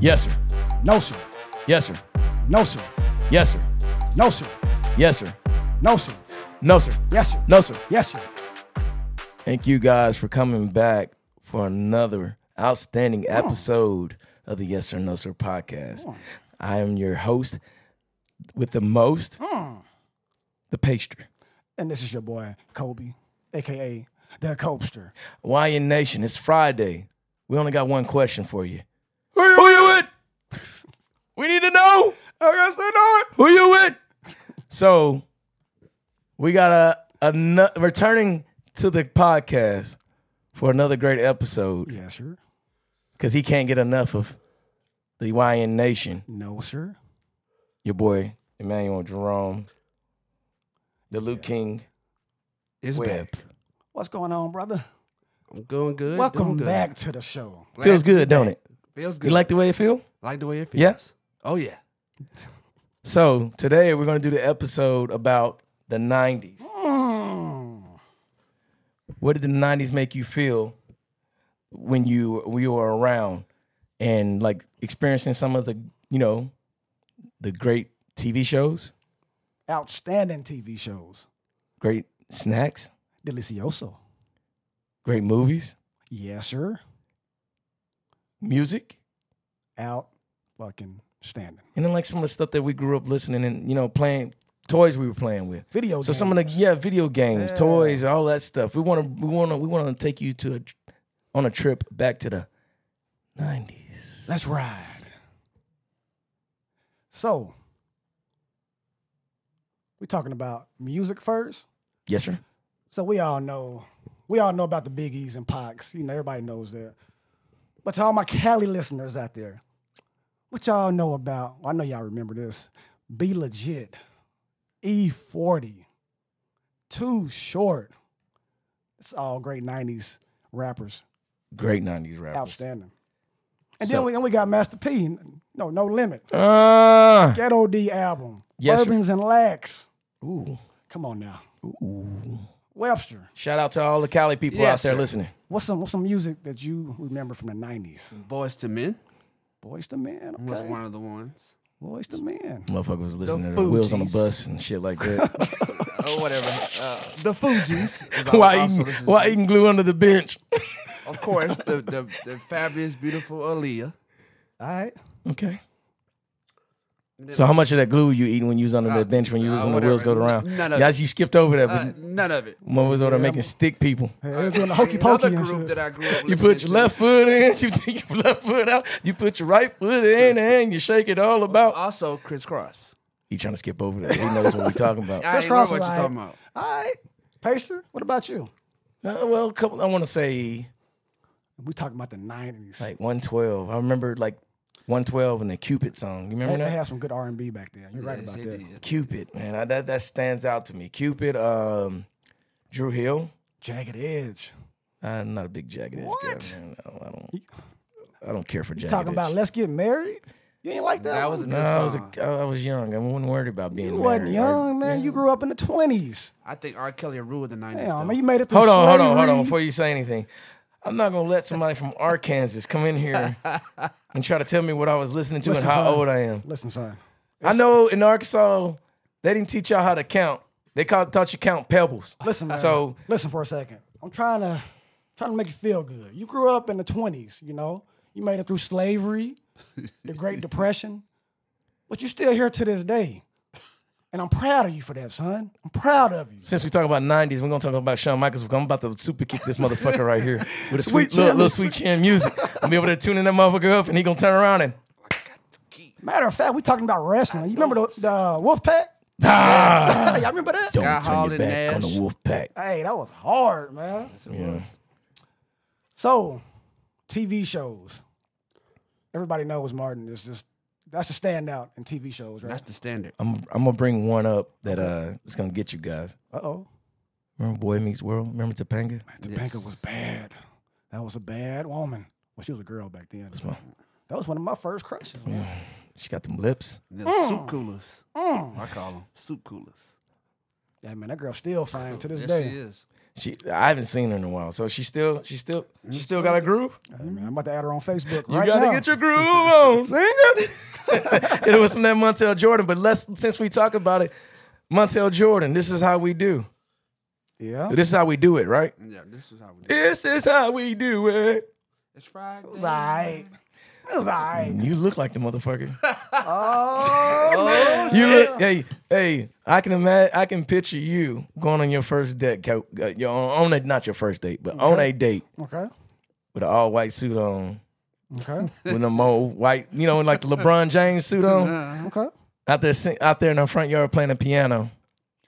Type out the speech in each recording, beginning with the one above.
Yes, sir. No, sir. Yes, sir. No, sir. Yes, sir. No, sir. Yes, sir. No, sir. No, sir. Yes, sir. No, sir. Yes, sir. Thank you guys for coming back for another outstanding episode of the Yes or No Sir podcast. I am your host with the most, the pastry. And this is your boy, Kobe, aka the Copester. Hawaiian Nation, it's Friday. We only got one question for you. Who you, who you with? we need to know I guess they know it. who you with. So we got a, a nu- returning to the podcast for another great episode. Yes, sir. because he can't get enough of the Hawaiian Nation. No, sir. Your boy Emmanuel Jerome, the Luke King It's Web. back. What's going on, brother? I'm going good. Welcome doing good. back to the show. Glad Feels to be good, don't back. it? Feels good. You like the way it feel? like the way it feels? Yeah? Oh yeah. So today we're gonna do the episode about the '90s. Mm. What did the '90s make you feel when you when you were around and like experiencing some of the you know the great TV shows, Outstanding TV shows. great snacks, Delicioso. great movies, Yes, sir. music? Out fucking standing. And then like some of the stuff that we grew up listening and you know playing toys we were playing with. Video So some of the yeah video games, toys, all that stuff. We want to we want to we want to take you to a, tr- on a trip back to the nineties. Let's ride. So, we're talking about music first. Yes, sir. So we all know, we all know about the biggies and pox. You know, everybody knows that. But to all my Cali listeners out there, what y'all know about? I know y'all remember this. Be legit. E40. Too short. It's all great '90s rappers. Great nineties rappers. Outstanding. And So- then we, then we got Master P. No, no limit. Ah. Ghetto D album. Yes, sir. Bourbons and Lax. Ooh. Come on now. Webster. Shout out to all the Cali people Yes, out there sir. listening. What's some what's some music that you remember from the nineties? Boys to Men Boys to Men, was okay. one of the ones. Boys to Men. Motherfucker was listening to the wheels on the Fugees. bus and shit like that. Oh whatever. Uh, the Fugees. was why also eating, listened why to. eating glue under the bench? Of course, the, the the fabulous, beautiful Aaliyah. All right. okay. So how much of that glue you eating when you was under the bench when you uh, was listening to the wheels go whatever. around? N- none of Guys, you skipped over that, Uh, but none of it. Mom was over there making stick people. Hey, they're doing the hokey Another pokey and group shit. that I grew up. You put listening your to. left foot in, you take your left foot out, you put your right foot in, and you shake it all about. Also, Chris Cross. He trying to skip over that. He knows what we're talking about. I ain't know Cross what was you're all talking right. about. All right. Pastor, what about you? Uh, well, a couple. I want to say We talking about the nineties. like 112. I remember like 112 and the Cupid song. You they, remember they that? had some good R and B back then. You're right about Yes, that. it did. Cupid, man, I, that that stands out to me. Cupid, um, Drew Hill. Jagged Edge. I'm not a big jagged edge What? guy. Man. I don't. I don't, I don't care for jagged. Talking about Edge. let's get married. You ain't like that. That one? was a No, good I was, song. a, I was young. I wasn't worried about being you wasn't married. young, man. You grew up in the twenties. I think R. Kelly ruled the nineties. Damn, man, you made it through Hold on, hold on, hold slavery. on. Before you say anything, I'm not gonna let somebody from Arkansas come in here and try to tell me what I was listening to Listen, and how son. old I am. Listen, son. I know in Arkansas they didn't teach y'all how to count. They called, taught you count pebbles. Listen, man. So- listen for a second. I'm trying to trying to make you feel good. You grew up in the 20s, you know. You made it through slavery, the Great Depression, but you're still here to this day. And I'm proud of you for that, son. I'm proud of you. Since we talking about '90s, we're gonna talk about Shawn Michaels. I'm about to super kick this motherfucker right here with a sweet, Sweet little, chin little sweet chin music. I'll be able to tune in that motherfucker up, and he gonna turn around and Matter of fact, we talking about wrestling. You remember the, the Wolfpack? Hey, y'all remember that? don't Guy turn your Holland back on the Nash. wolf pack. Hey, that was hard, man. Yeah. So, TV shows. Everybody knows Martin is just that's a standout in TV shows, right? That's the standard. I'm I'm gonna bring one up that uh it's gonna get you guys. Uh oh. Remember Boy Meets World? Remember Topanga? Topanga was bad. That was a bad woman. Well, she was a girl back then. my- That was one of my first crushes, man. She got them lips. The soup coolers. I call them soup coolers. Yeah, Mm. man, that girl's still fine to this Yes, day. she is. She, I haven't seen her in a while, so she still, she still, she still got a groove. Hey, man, I'm about to add her on Facebook You right gotta now. get your groove on. Sing it. it was from that Montel Jordan, but let's since we talk about it, Montel Jordan. This is how we do. Yeah. This is how we do it, right? Yeah, this is how we do it. This is how we do it. It's Friday. It was all right. It was all right. You look like the motherfucker. Mm. Oh, man. You look, hey, hey. I can imagine. I can picture you going on your first date. co- uh, your- On a not your first date, but on a date Okay. with an all white suit on, Okay. with them old white, you know, like the LeBron James suit on, Okay. out there, sing- out there in the front yard playing the piano.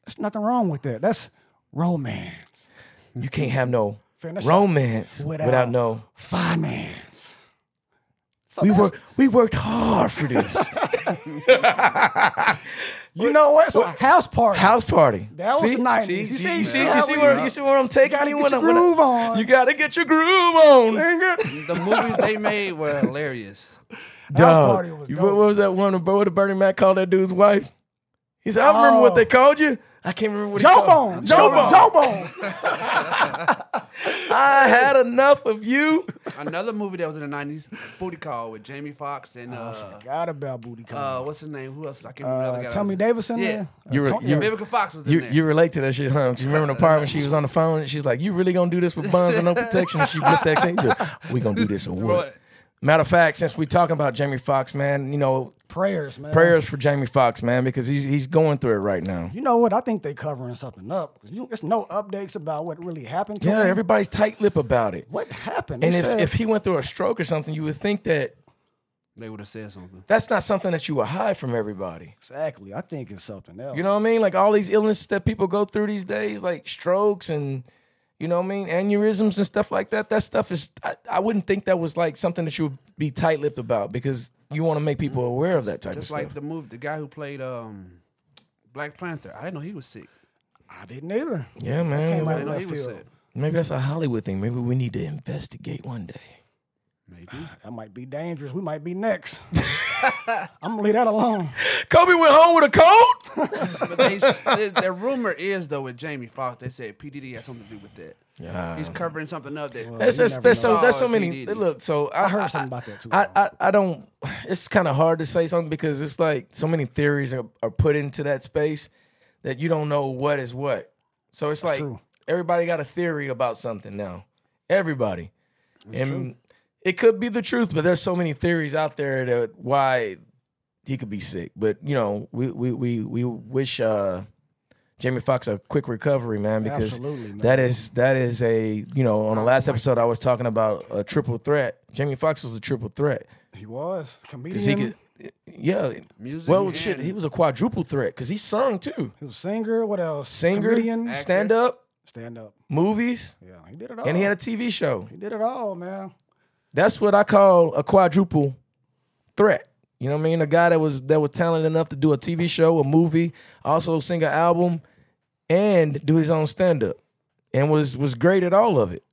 There's nothing wrong with that. That's romance. You can't have no Finish romance Without- without, no. Finance. So We that's- worked, we worked hard for this You know what? So house party. house party. That was see? the 90s. See, You you see- see, you you see, see you how see we- where you see where I'm taking gotta you. get when your I- when I- groove on. You gotta get your groove on. Dang it. The movies they made were hilarious. House Dog, party was you- dope. what, what was that one? What did Bernie Mac call that dude's wife? He said, "I don't remember Oh. what they called you. I can't remember what he called Jawbone. you. Jawbone. Jawbone. I had enough of you. Another movie that was in the 90s, Booty Call with Jamie Foxx and uh, Got about booty call. uh, what's his name? Who else? I can't remember the other guy. Oh, Uh, that Tommy was- Davis in Yeah. there. Uh, You were- Tony- you were- Vivica Fox was in You there. you relate to that shit, huh? Do you remember the part when she was on the phone and she's like, "You really gonna do this with buns and no protection?" And she whipped that thing. She's like, We gonna do this or what? What? Matter of fact, since we talking about Jamie Foxx, man, you know, prayers, man. prayers for Jamie Foxx, man, because he's he's going through it right now. You know what? I think they covering something up. You, there's no updates about what really happened to Yeah, him. everybody's tight lip about it. what happened? And They if, said- if he went through a stroke or something, you would think that They would have said something. that's not something that you would hide from everybody. exactly, I think it's something else. You know what I mean? Like all these illnesses that people go through these days, like strokes and you know what I mean, aneurysms and stuff like that. That stuff is I, I wouldn't think that was like something that you would be tight lipped about because you want to make people aware of that type Just of like stuff. the movie, the guy who played um, Black Panther. I didn't know he was sick. I didn't either. yeah, man. came I Maybe, out- didn't know left he was field. sick. that's a Hollywood thing. Maybe we need to investigate one day. Maybe. That might be dangerous. We might be next. I'm gonna leave that alone. Kobe went home with a cold. But they, the, the rumor is though with Jamie Foxx, they said P Diddy had something to do with that. He's covering something up that That's that's, that's so that's so Oh, many. indeed. Look, so I, I heard something about that too. I, I, I don't. It's kind of hard to say something because it's like so many theories are, are put into that space that you don't know what is what. So it's like true. everybody got a theory about something now. Everybody, and it could be the truth, but there's so many theories out there that why he could be sick. But you know, we we we we wish uh, Jamie Foxx a quick recovery, man, because Absolutely, man. Oh that is that is a you know on the last episode I was talking about a triple threat. Jamie Foxx was a triple threat he was comedian. 'Cause He, he could, yeah. Music well, and- shit, he was a quadruple threat because he sung too, was singer. What else? singer, comedian, stand up, stand up. movies, Yeah, he did it all. and he had a TV show. he did it all, man. That's what I call a quadruple threat. You know what I mean? A guy that was that was talented enough to do a TV show, a movie, also sing an album, and do his own stand up, and was was great at all of it.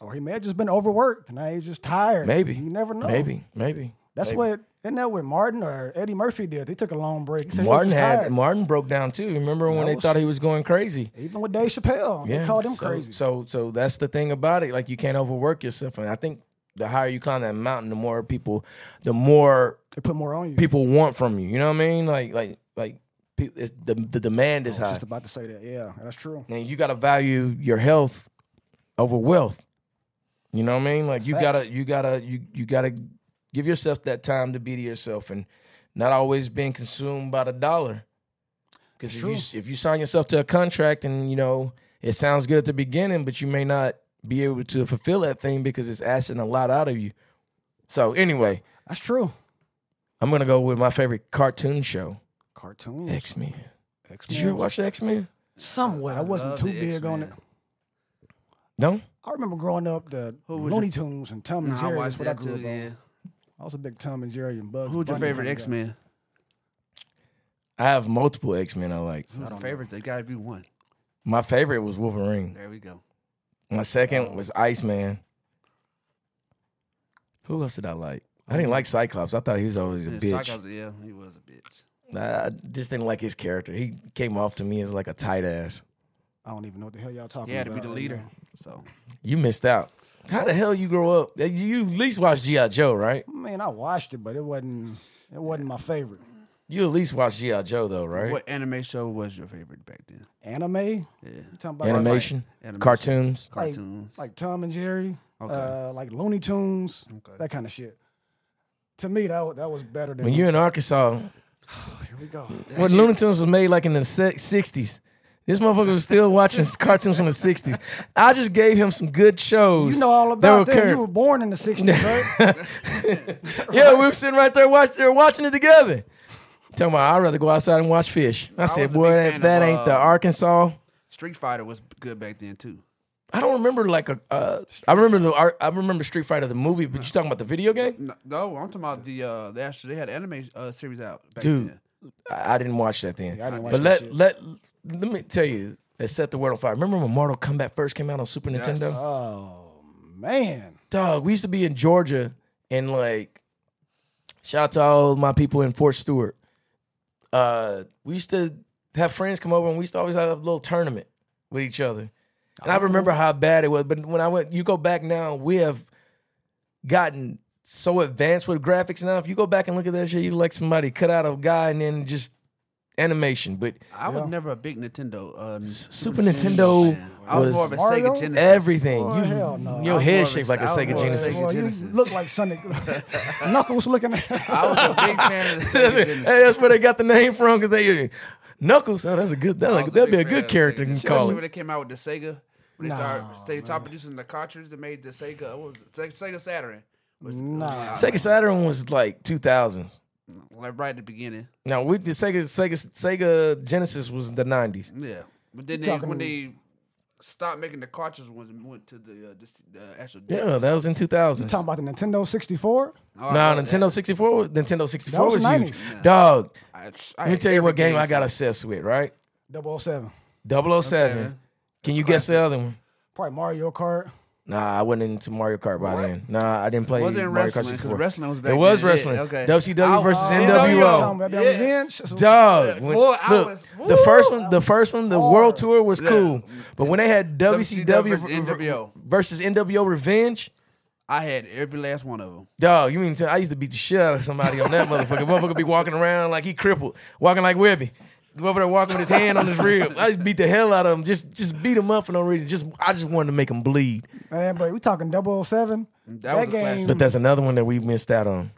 Or he may have just been overworked and now he's just tired. Maybe you never know. Maybe maybe. that's what. Isn't that what Martin or Eddie Murphy did? They took a long break. He said he was Martin just had tired. Martin broke down too. Remember when they was- thought he was going crazy? Even with Dave Chappelle, they called him so, crazy. So so that's the thing about it. Like you can't overwork yourself, and I think the higher you climb that mountain, the more people, the more they put more on you. people want from you. You know what I mean? Like like like pe- it's, the the demand is I was high, Oh, just about to say that. Yeah, that's true. and you got to value your health over wealth. You know what I mean? Like you facts. gotta you gotta you you gotta give yourself that time to be to yourself and not always being consumed by the dollar. Because if true. you if you sign yourself to a contract and you know it sounds good at the beginning, but you may not be able to fulfill that thing because it's asking a lot out of you. So anyway, That's true. I'm gonna go with my favorite cartoon show, Cartoons. X Men. Did X-Men you ever was watch X Men? Somewhat. I, wasn't love too the big on it. X-Men. No. I remember growing up the was Looney Tunes and Tom and Nah, I Jerry. watched is what I that uh, grew too. up on. Yeah. I was a big Tom and Jerry and Bugs. Who's your Bunny favorite kind of guy. X Men? I have multiple X Men I like. Who's your favorite? They gotta be one. My favorite was Wolverine. There we go. My second was Iceman. Who else did I like? I didn't like Cyclops. I thought he was always a Yeah, bitch. Cyclops, yeah, he was a bitch. I I just didn't like his character. He came off to me as like a tight ass. I don't even know what the hell y'all talking He had about. to be the right leader. now. So You missed out. How the hell you grow up? You- You at least watched G.I. Joe, right? I mean, I watched it, but it wasn't it wasn't my favorite. You at least watched G.I. Joe though, right? what anime show was your favorite back then? Anime? You Yeah. talking about Animation, Animation. cartoons. like, Cartoons. like, like Tom and Jerry, Okay. uh, like Looney Tunes, Okay. that kind of shit. To me, that wa- that was better than. When you're in Arkansas, here we go. when Looney Tunes was made like in the se- '60s, this motherfucker was still watching cartoons from the '60s. I just gave him some good shows. You know all that about that. current. You were born in the '60s, right? Yeah, we were sitting right there watch, they were watching it together. Talking about, I'd rather go outside and watch fish. I, was said, a boy, big that, fan that of, ain't the uh, Arkansas. Street Fighter was good back then too. I don't remember like a. Uh, I remember the. Ar- I remember Street Fighter the movie, but you talking about the video game? No, no, I'm talking about the uh, the actually they had an anime uh, series out back Dude, then. I, I didn't watch that then. I didn't watch but that let let shit. let me tell you, it set the world on fire. Remember when Mortal Kombat first came out on Super Nintendo? oh man, Dog, we used to be in Georgia and like shout out to all my people in Fort Stewart. Uh we used to have friends come over and we used to always have a little tournament with each other. And I remember how bad it was. But when I went you go back now, we have gotten so advanced with graphics now. If you go back and look at that shit, you look like somebody cut out a guy and then just animation. But I was never a big Nintendo. Um, Super Nintendo fan. I was was, more of a Mario? Sega Genesis. everything. Oh, you, hell no. I Your was more head of a- shaped like a I was Sega more of a Genesis. Sega Boy, you Genesis. look like Sonic. Knuckles looking at. I was a big fan of the Sega That's- Genesis. hey, that's where they got the name from because they uh, Knuckles. Oh, that's a good. That's I like, was that'd be a big fan good of character Sega. to Especially call when it. they came out with the Sega. When they Nah, started, they started producing the cartridges that made the Sega. What was it? Se- Sega Saturn. Was, uh, Nah. was Sega Saturn was like 2000s. like right at the beginning. Now we the Sega Sega Sega Genesis was the 90s. Yeah, but then You they, talking- when they stopped making the cartridges ones and went to the uh, just, uh, actual. Yeah, discs. that was in 2000. Talking about the Nintendo 64. Oh, I No, love Nintendo 64. was- Nintendo 64 That was was, 90s. huge. Dog, that. I, let me tell you what game I got obsessed with. Right, 007. 007. Can you guess the other one? Probably Mario Kart. Nah, I wasn't into Mario Kart by then. Nah, I didn't play Wasn't Mario wrestling Kart 'cause 64. wrestling was back it was then. Yeah, wrestling. okay. WCW I- versus uh, Talking NWO. about Yes. revenge. So- Dog, when- boy, I look, was- the first one, the first one, the World hard. Tour was cool, but when they had WCW, WCW versus NWO. versus NWO Revenge, I had every last one of them. dog, you mean to, I used to beat the shit out of somebody on that motherfucker. Motherfucker be walking around like he crippled, walking like Webby, go over there walking with his hand on his rib. I just beat the hell out of him, just just beat him up for no reason. Just I just wanted to make him bleed. Man, but we talking 007. That, was a game. But that's another one that we missed out on,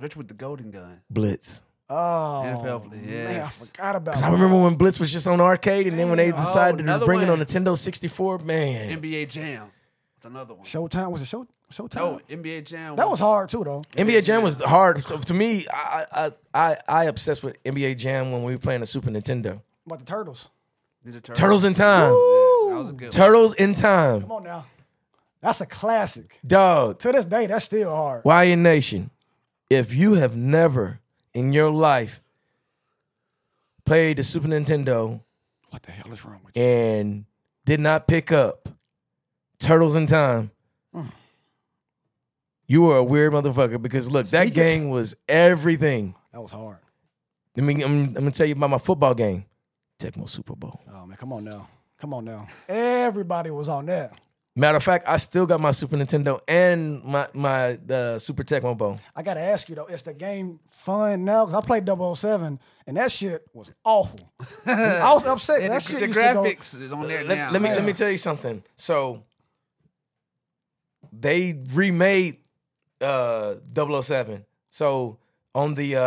Rich with the golden gun. Blitz. Oh, NFL. man, I Yes. forgot about. I remember when Blitz was just on arcade, and then when they Damn. Oh, decided to another bring it on one. Nintendo 64, man, NBA Jam. It's another one. Showtime was it show Showtime? No, NBA Jam. That was hard too, though. NBA Jam was hard. So to me, I I I, I obsessed with NBA Jam when we were playing the Super Nintendo. About the turtles. Ninja Turtles. Turtles in Time, Yeah, that was a good one. Turtles in Time, Come on now, that's a classic. dog. To this day, that's still hard. Wyan Nation, if you have never in your life played the Super Nintendo What the hell is wrong with you? and did not pick up Turtles in Time, you were a weird motherfucker. Because look, that Speak it. game was everything. That was hard. I mean, I'm, I'm gonna tell you about my football game, Tecmo Super Bowl. Oh man, come on now, come on now. Everybody was on that. Matter of fact, I still got my Super Nintendo and my my uh, Super Tecmo Bowl. I gotta ask you though, is the game fun now? Cause I played 007 and that shit was awful. I was upset. And that the, shit the used to graphics is on there Let, now. let me let me tell you something. So they remade uh 007. So on the uh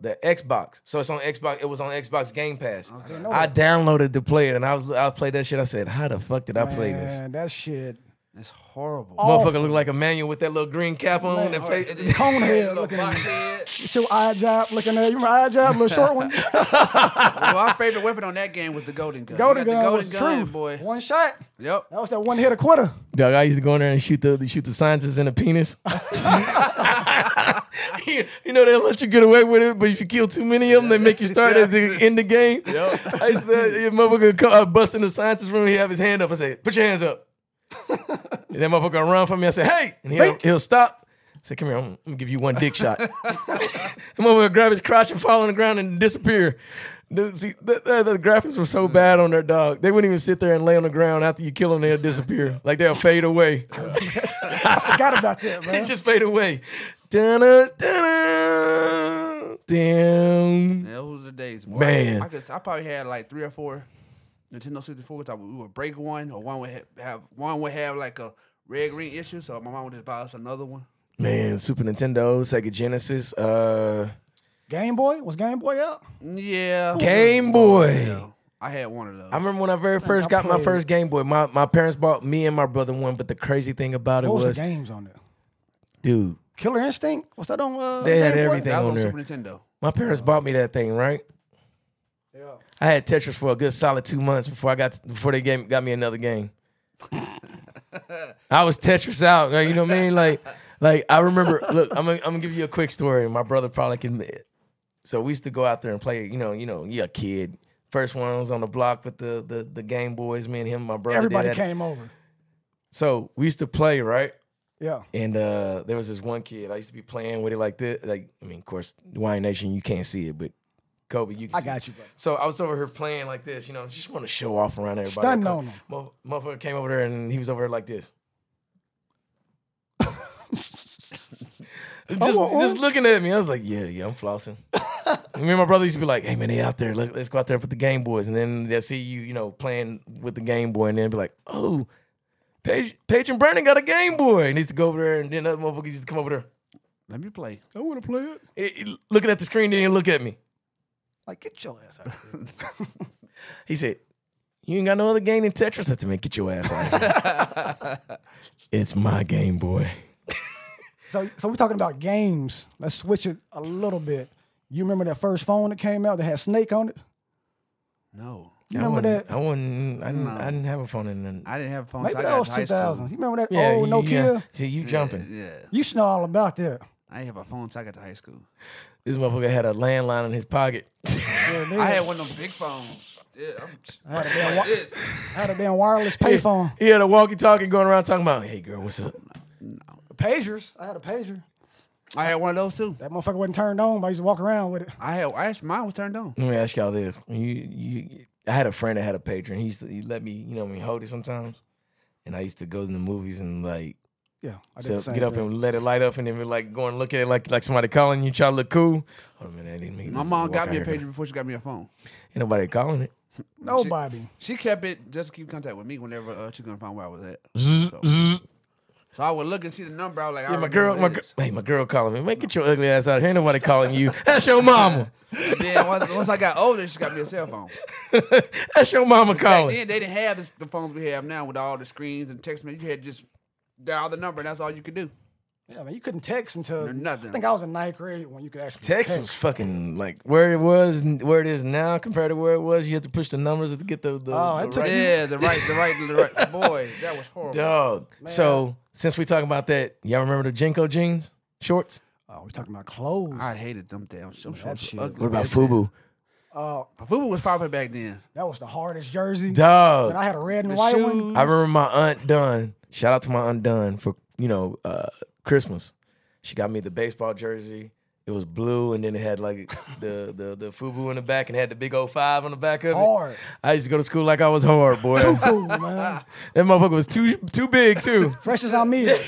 the Xbox. So it's on Xbox. It was on Xbox Game Pass. know I downloaded the player and I was I played that shit. I said, "How the fuck did I go. play this?" Man, that shit. It's horrible. Motherfucker looked like a manual with that little green cap on. and All face- right, and then- Conehead little looking. box head. Get your eye job looking at you. Remember eye job, little short one. Well, my favorite weapon on that game was the golden gun. You Golden got gun the golden was the gun, truth. boy. One shot. Yep. That was that one hit a quitter. Dog, I used to go in there and shoot the shoot the scientists in the penis. you, you know they let you get away with it, but if you kill too many of them, they make you start at the end of the game. I used to, your motherfucker come, I bust in the scientist's room. He have his hand up. I say, "Put your hands up." and that motherfucker run from me. I say, "Hey!" And he'll, he'll stop. I say, "Come here. I'm, I'm gonna give you one dick shot." the motherfucker grab his crotch and fall on the ground and disappear. The, see, the, the, the graphics were so bad on their dog. They wouldn't even sit there and lay on the ground after you kill them. They'll disappear. Like they'll fade away. Forgot about that, they man. just fade away. Dun-dun, dun-dun, damn. Those were the days, boy. Man. I, could, I probably had like three or four Nintendo 64s. I would, we would break one, or one would have, have one would have like a red green issue, so my mom would just buy us another one. Man, Super Nintendo, Sega Genesis, uh, Game Boy was Game Boy out. Yeah, Game Boy. Yeah. I had one of those. I remember when I very first Oh, I got my played- first Game Boy. My my parents bought me and my brother one, but the crazy thing about it What was, was, the games on there? dude, Killer Instinct. What's that on? Uh, They had Game Boy? everything. that was on on there. Super Nintendo. my parents bought me that thing, right? Yeah. I had Tetris for a good solid two months before I got before they gave, got me another game. I was Tetris out, like, you know what I mean? Like, like I remember. Look, I'm gonna, I'm gonna give you a quick story. My brother probably can. So we used to go out there and play. You know, you know, you a kid. First one was on the block with the the, the Game Boys. Me and him, my brother. did Everybody that. came over. So we used to play, right? Yeah. And uh, there was this one kid I used to be playing with it like this. Like, I mean, of course, Hawaiian Nation, you can't see it, but Kobe, you can I see got it. you, bro. So I was over here playing like this, you know, just want to show off around everybody. Stunting on 'em. Mo- motherfucker came over there and he was over there like this. just, oh, oh. just looking at me, I was like, yeah, yeah, I'm flossing. And me and my brother used to be like, hey man, they out there. Let, let's go out there with the Game Boys, and then they will see you, you know, playing with the Game Boy, and then be like, oh, Paige, Paige and Brandon got a Game Boy, and he used to go over there, and then other motherfuckers used to come over there, Let me play. I want to play it. He- he looking at the screen, didn't even look at me. Like, get your ass out. of here. He said, "You ain't got no other game than Tetris." I said, "Man, get your ass out of here." it's my Game Boy. so, so we're talking about games. Let's switch it a little bit. You remember that first phone that came out that had Snake on it? No, You I remember wouldn't- that? I wouldn't. I didn't, I didn't have a phone in. The, I didn't have phones. Maybe I that got was to high 2000. You school. remember that yeah, old you, Nokia? yeah. See, you jumping. Yeah, You should know all about that. I didn't have a phone. till I got to high school. This motherfucker had a landline in his pocket. I had one of them big phones. Yeah, I'm just, I had a damn, like wi- this. I had a damn wireless payphone. he had a walkie-talkie going around talking about, "Hey girl, what's up?" Pagers. I had a pager. I had one of those too. That motherfucker wasn't turned on, but I used to walk around with it. I had. I actually, mine was turned on. Let me ask y'all this: you, you, I had a friend that had a pager, and he used to he let me, you know, me hold it sometimes. And I used to go to the movies and like Yeah, I did so the same get up thing. and let it light up, and then like go and look at it like like somebody calling you, try to look cool. Hold on a minute, I didn't make My mom walk got out me a here. pager before she got me a phone. Ain't nobody calling it. Nobody. She kept it just to keep contact with me whenever uh, she couldn't find where I was at. Zzz. So I would look and see the number. I was like, I Yeah, my remember girl, what my it girl, is. hey, my girl calling me. Man, get your ugly ass out of here. Ain't nobody calling you. That's your mama. And then once, once I got older, she got me a cell phone. That's your mama Back calling. then, they didn't have this, the phones we have now with all the screens and text. messages. You had just dial the number, and that's all you could do. Yeah, man, you couldn't text until Or nothing. I think I was in ninth grade when you could actually text. Text was fucking like where it was, where it is now compared to where it was. You had to push the numbers to get the, the, Oh, the it took right- you- Yeah, the right, the right, the right. Boy, that was horrible. dog. So since we talking about that, y'all remember the Jinko jeans shorts? Oh, we're talking about clothes. I hated them damn. I'm sure That shit. ugly. What about bitch. FUBU? Fubu was popular back then. Uh, That was the hardest jersey. Dog. And I had a red and white one. I remember my aunt Dunn. Shout out to my aunt Dunn for you know uh, Christmas. She got me the baseball jersey. It was blue, and then it had like the the the FUBU in the back, and had the big old five on the back of it. Hard. I used to go to school like I was hard, boy. that Cool, man. motherfucker was too too big too. Fresh as I meet it.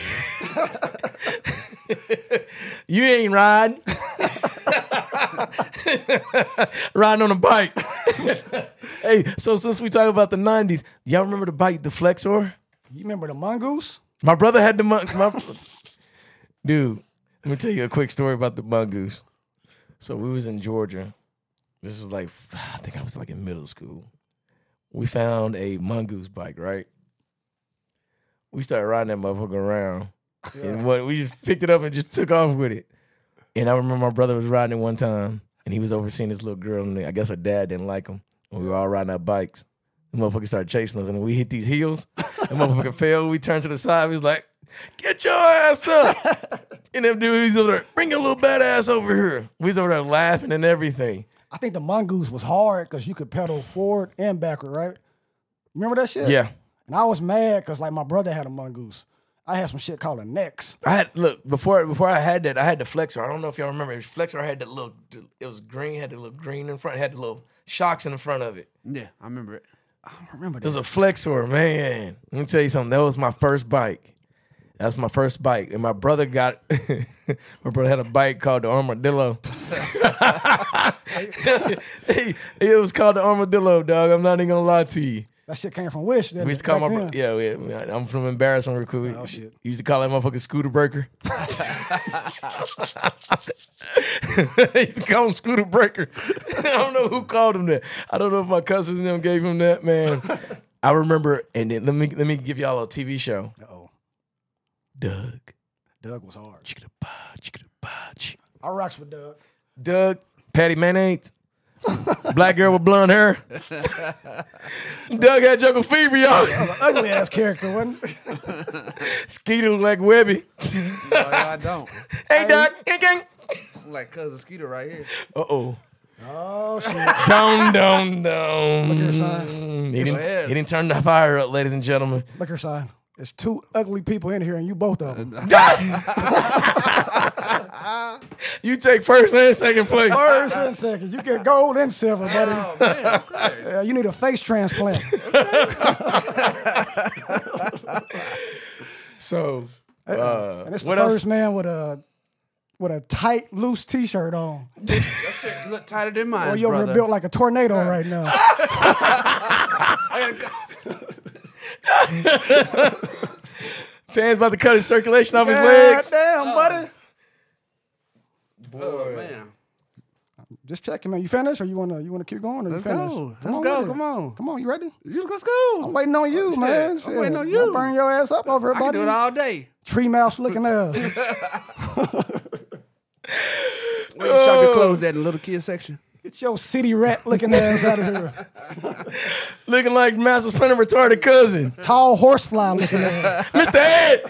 You ain't riding. riding on a bike. hey, so since we talk about the '90s, y'all remember the bike, the Flexor? You remember the mongoose? My brother had the monk. My, dude, let me tell you a quick story about the mongoose. So we was in Georgia. This was like I think I was like in middle school. We found a mongoose bike, right? We started riding that motherfucker around, and what we just picked it up and just took off with it. And I remember my brother was riding it one time, and he was overseeing this little girl, and I guess her dad didn't like him. And we were all riding our bikes. The motherfucker started chasing us, and we hit these hills. The motherfucker fell. We turned to the side. We was like, "Get your ass up!" and them dudes over there, bring your little badass over here. We was over there laughing and everything. I think the mongoose was hard because you could pedal forward and backward, right? You remember that shit? Yeah, And I was mad because like my brother had a mongoose. I had some shit called a Nex. I had look before before I had that. I had the flexor. I don't know if y'all remember. It was flexor had that little. It was green. Had the little green in front. Had the little shocks in the front of it. Yeah, I remember it. I don't remember It was that. a flexor, man. Let me tell you something. That was my first bike. That was my first bike, and my brother got. my brother had a bike called the Armadillo. it was called the Armadillo, dog. I'm not even gonna lie to you. That shit came from Wish. We used to call my bro- yeah, yeah, yeah. I'm from embarrassing real quick. Oh, shit. We used to call that motherfucker Scooter Breaker. used to call him Scooter Breaker. I don't know who called him that. I don't know if my cousins and them gave him that, man. I remember, and then let me let me give y'all a TV show. Oh, Doug. Doug was hard. Chicka-da-ba, chicka-da-ba, chick- I rocks with Doug. Doug, Patty Mayonnaise, black girl with blonde hair. Doug had jungle fever, y'all. Ugly ass character, wasn't it? Skeeter looked like Webby. No, I don't. Hey, Doug. Gang, gang. I'm like cousin Skeeter right here. Uh oh. Oh shit. Down, down, down. Look here, son. He didn't, ahead. he didn't turn the fire up, ladies and gentlemen. Look here, son. There's two ugly people in here, and you both of them. You take first and second place. First and second, you get gold and silver, buddy. Oh man, okay. Uh, Yeah, you need a face transplant. So, And it's the What first else? man with a with a tight, loose T-shirt on. that shit look tighter than mine, Or you over brother. here built like a tornado right now. I gotta fans about to cut his circulation off his God legs. damn, buddy. go. Oh, man. Just checking, man. You finished, or you wanna you wanna keep going? Or Let's you finished? go. Let's go. with it. Come on. Come on. You ready? You let's go. I'm waiting on you, Shit, man. I'm Shit. waiting on Don't you. Burn your ass up over I here, can do it buddy. all day. Tree mouse looking ass. Where you shop your clothes at in the little kid section? Get your city rat looking ass out of here. Looking like Master's friend and retarded cousin. Tall horsefly looking ass. Mr. Ed.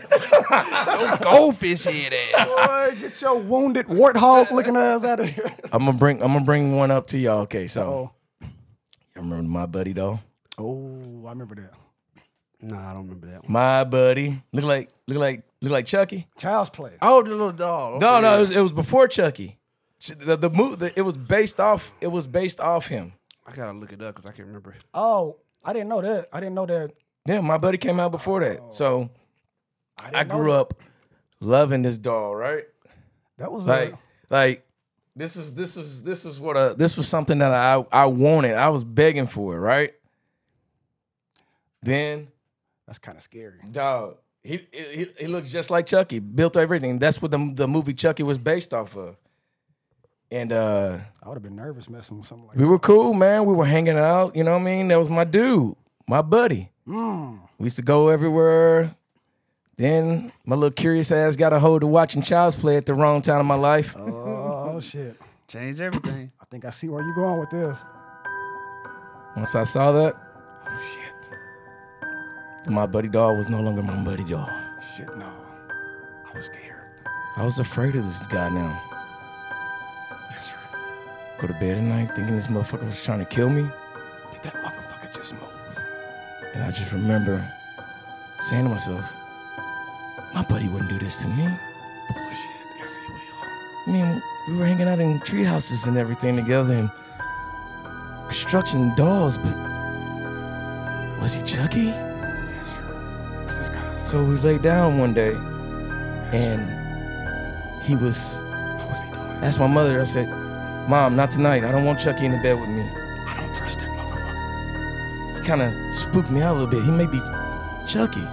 Don't goldfish head ass. Boy, get your wounded warthog looking ass out of here. I'm gonna bring I'm gonna bring one up to y'all. Okay, so Oh, you remember my buddy though? oh, I remember that. Nah, I don't remember that one. My buddy. Look like look like look like Chucky. Child's play. Oh, the little dog. No, Okay. no, it was, it was before Chucky. The, the, mo- the it was based off it was based off him. I gotta look it up because I can't remember. Oh, I didn't know that. I didn't know that. Yeah, my buddy came out before that. So Oh. I, didn't I grew up loving this doll, right? That was uh, Like a, like this was this was this was what uh this was something that I I wanted. I was begging for it, right? Then that's kind of scary. dog, he he, he looks just like Chucky, built everything. That's what the the movie Chucky was based off of. And uh I would have been nervous messing with something like we were cool, man. We were hanging out. You know what I mean? That was my dude, my buddy. We used to go everywhere. Then my little curious ass got a hold of watching Child's Play at the wrong time of my life. that. Oh shit! Change everything. I think I see where you're going with this. Once I saw that, Oh shit! my buddy doll was no longer my buddy doll. Shit! No, I was scared. I was afraid of this guy now. Yes, sir. Go to bed at night thinking this motherfucker was trying to kill me. Did that motherfucker just move? And I just remember saying to myself, my buddy wouldn't do this to me. Bullshit! Yes, he will. I mean, we were hanging out in tree houses and everything together and construction dolls, but was he Chucky? Yes, sir. That's his cousin. So we laid down one day and he was What was he doing? asked my mother, I said, Mom, not tonight. I don't want Chucky in the bed with me. I don't trust that motherfucker. He kind of spooked me out a little bit. He may be Chucky.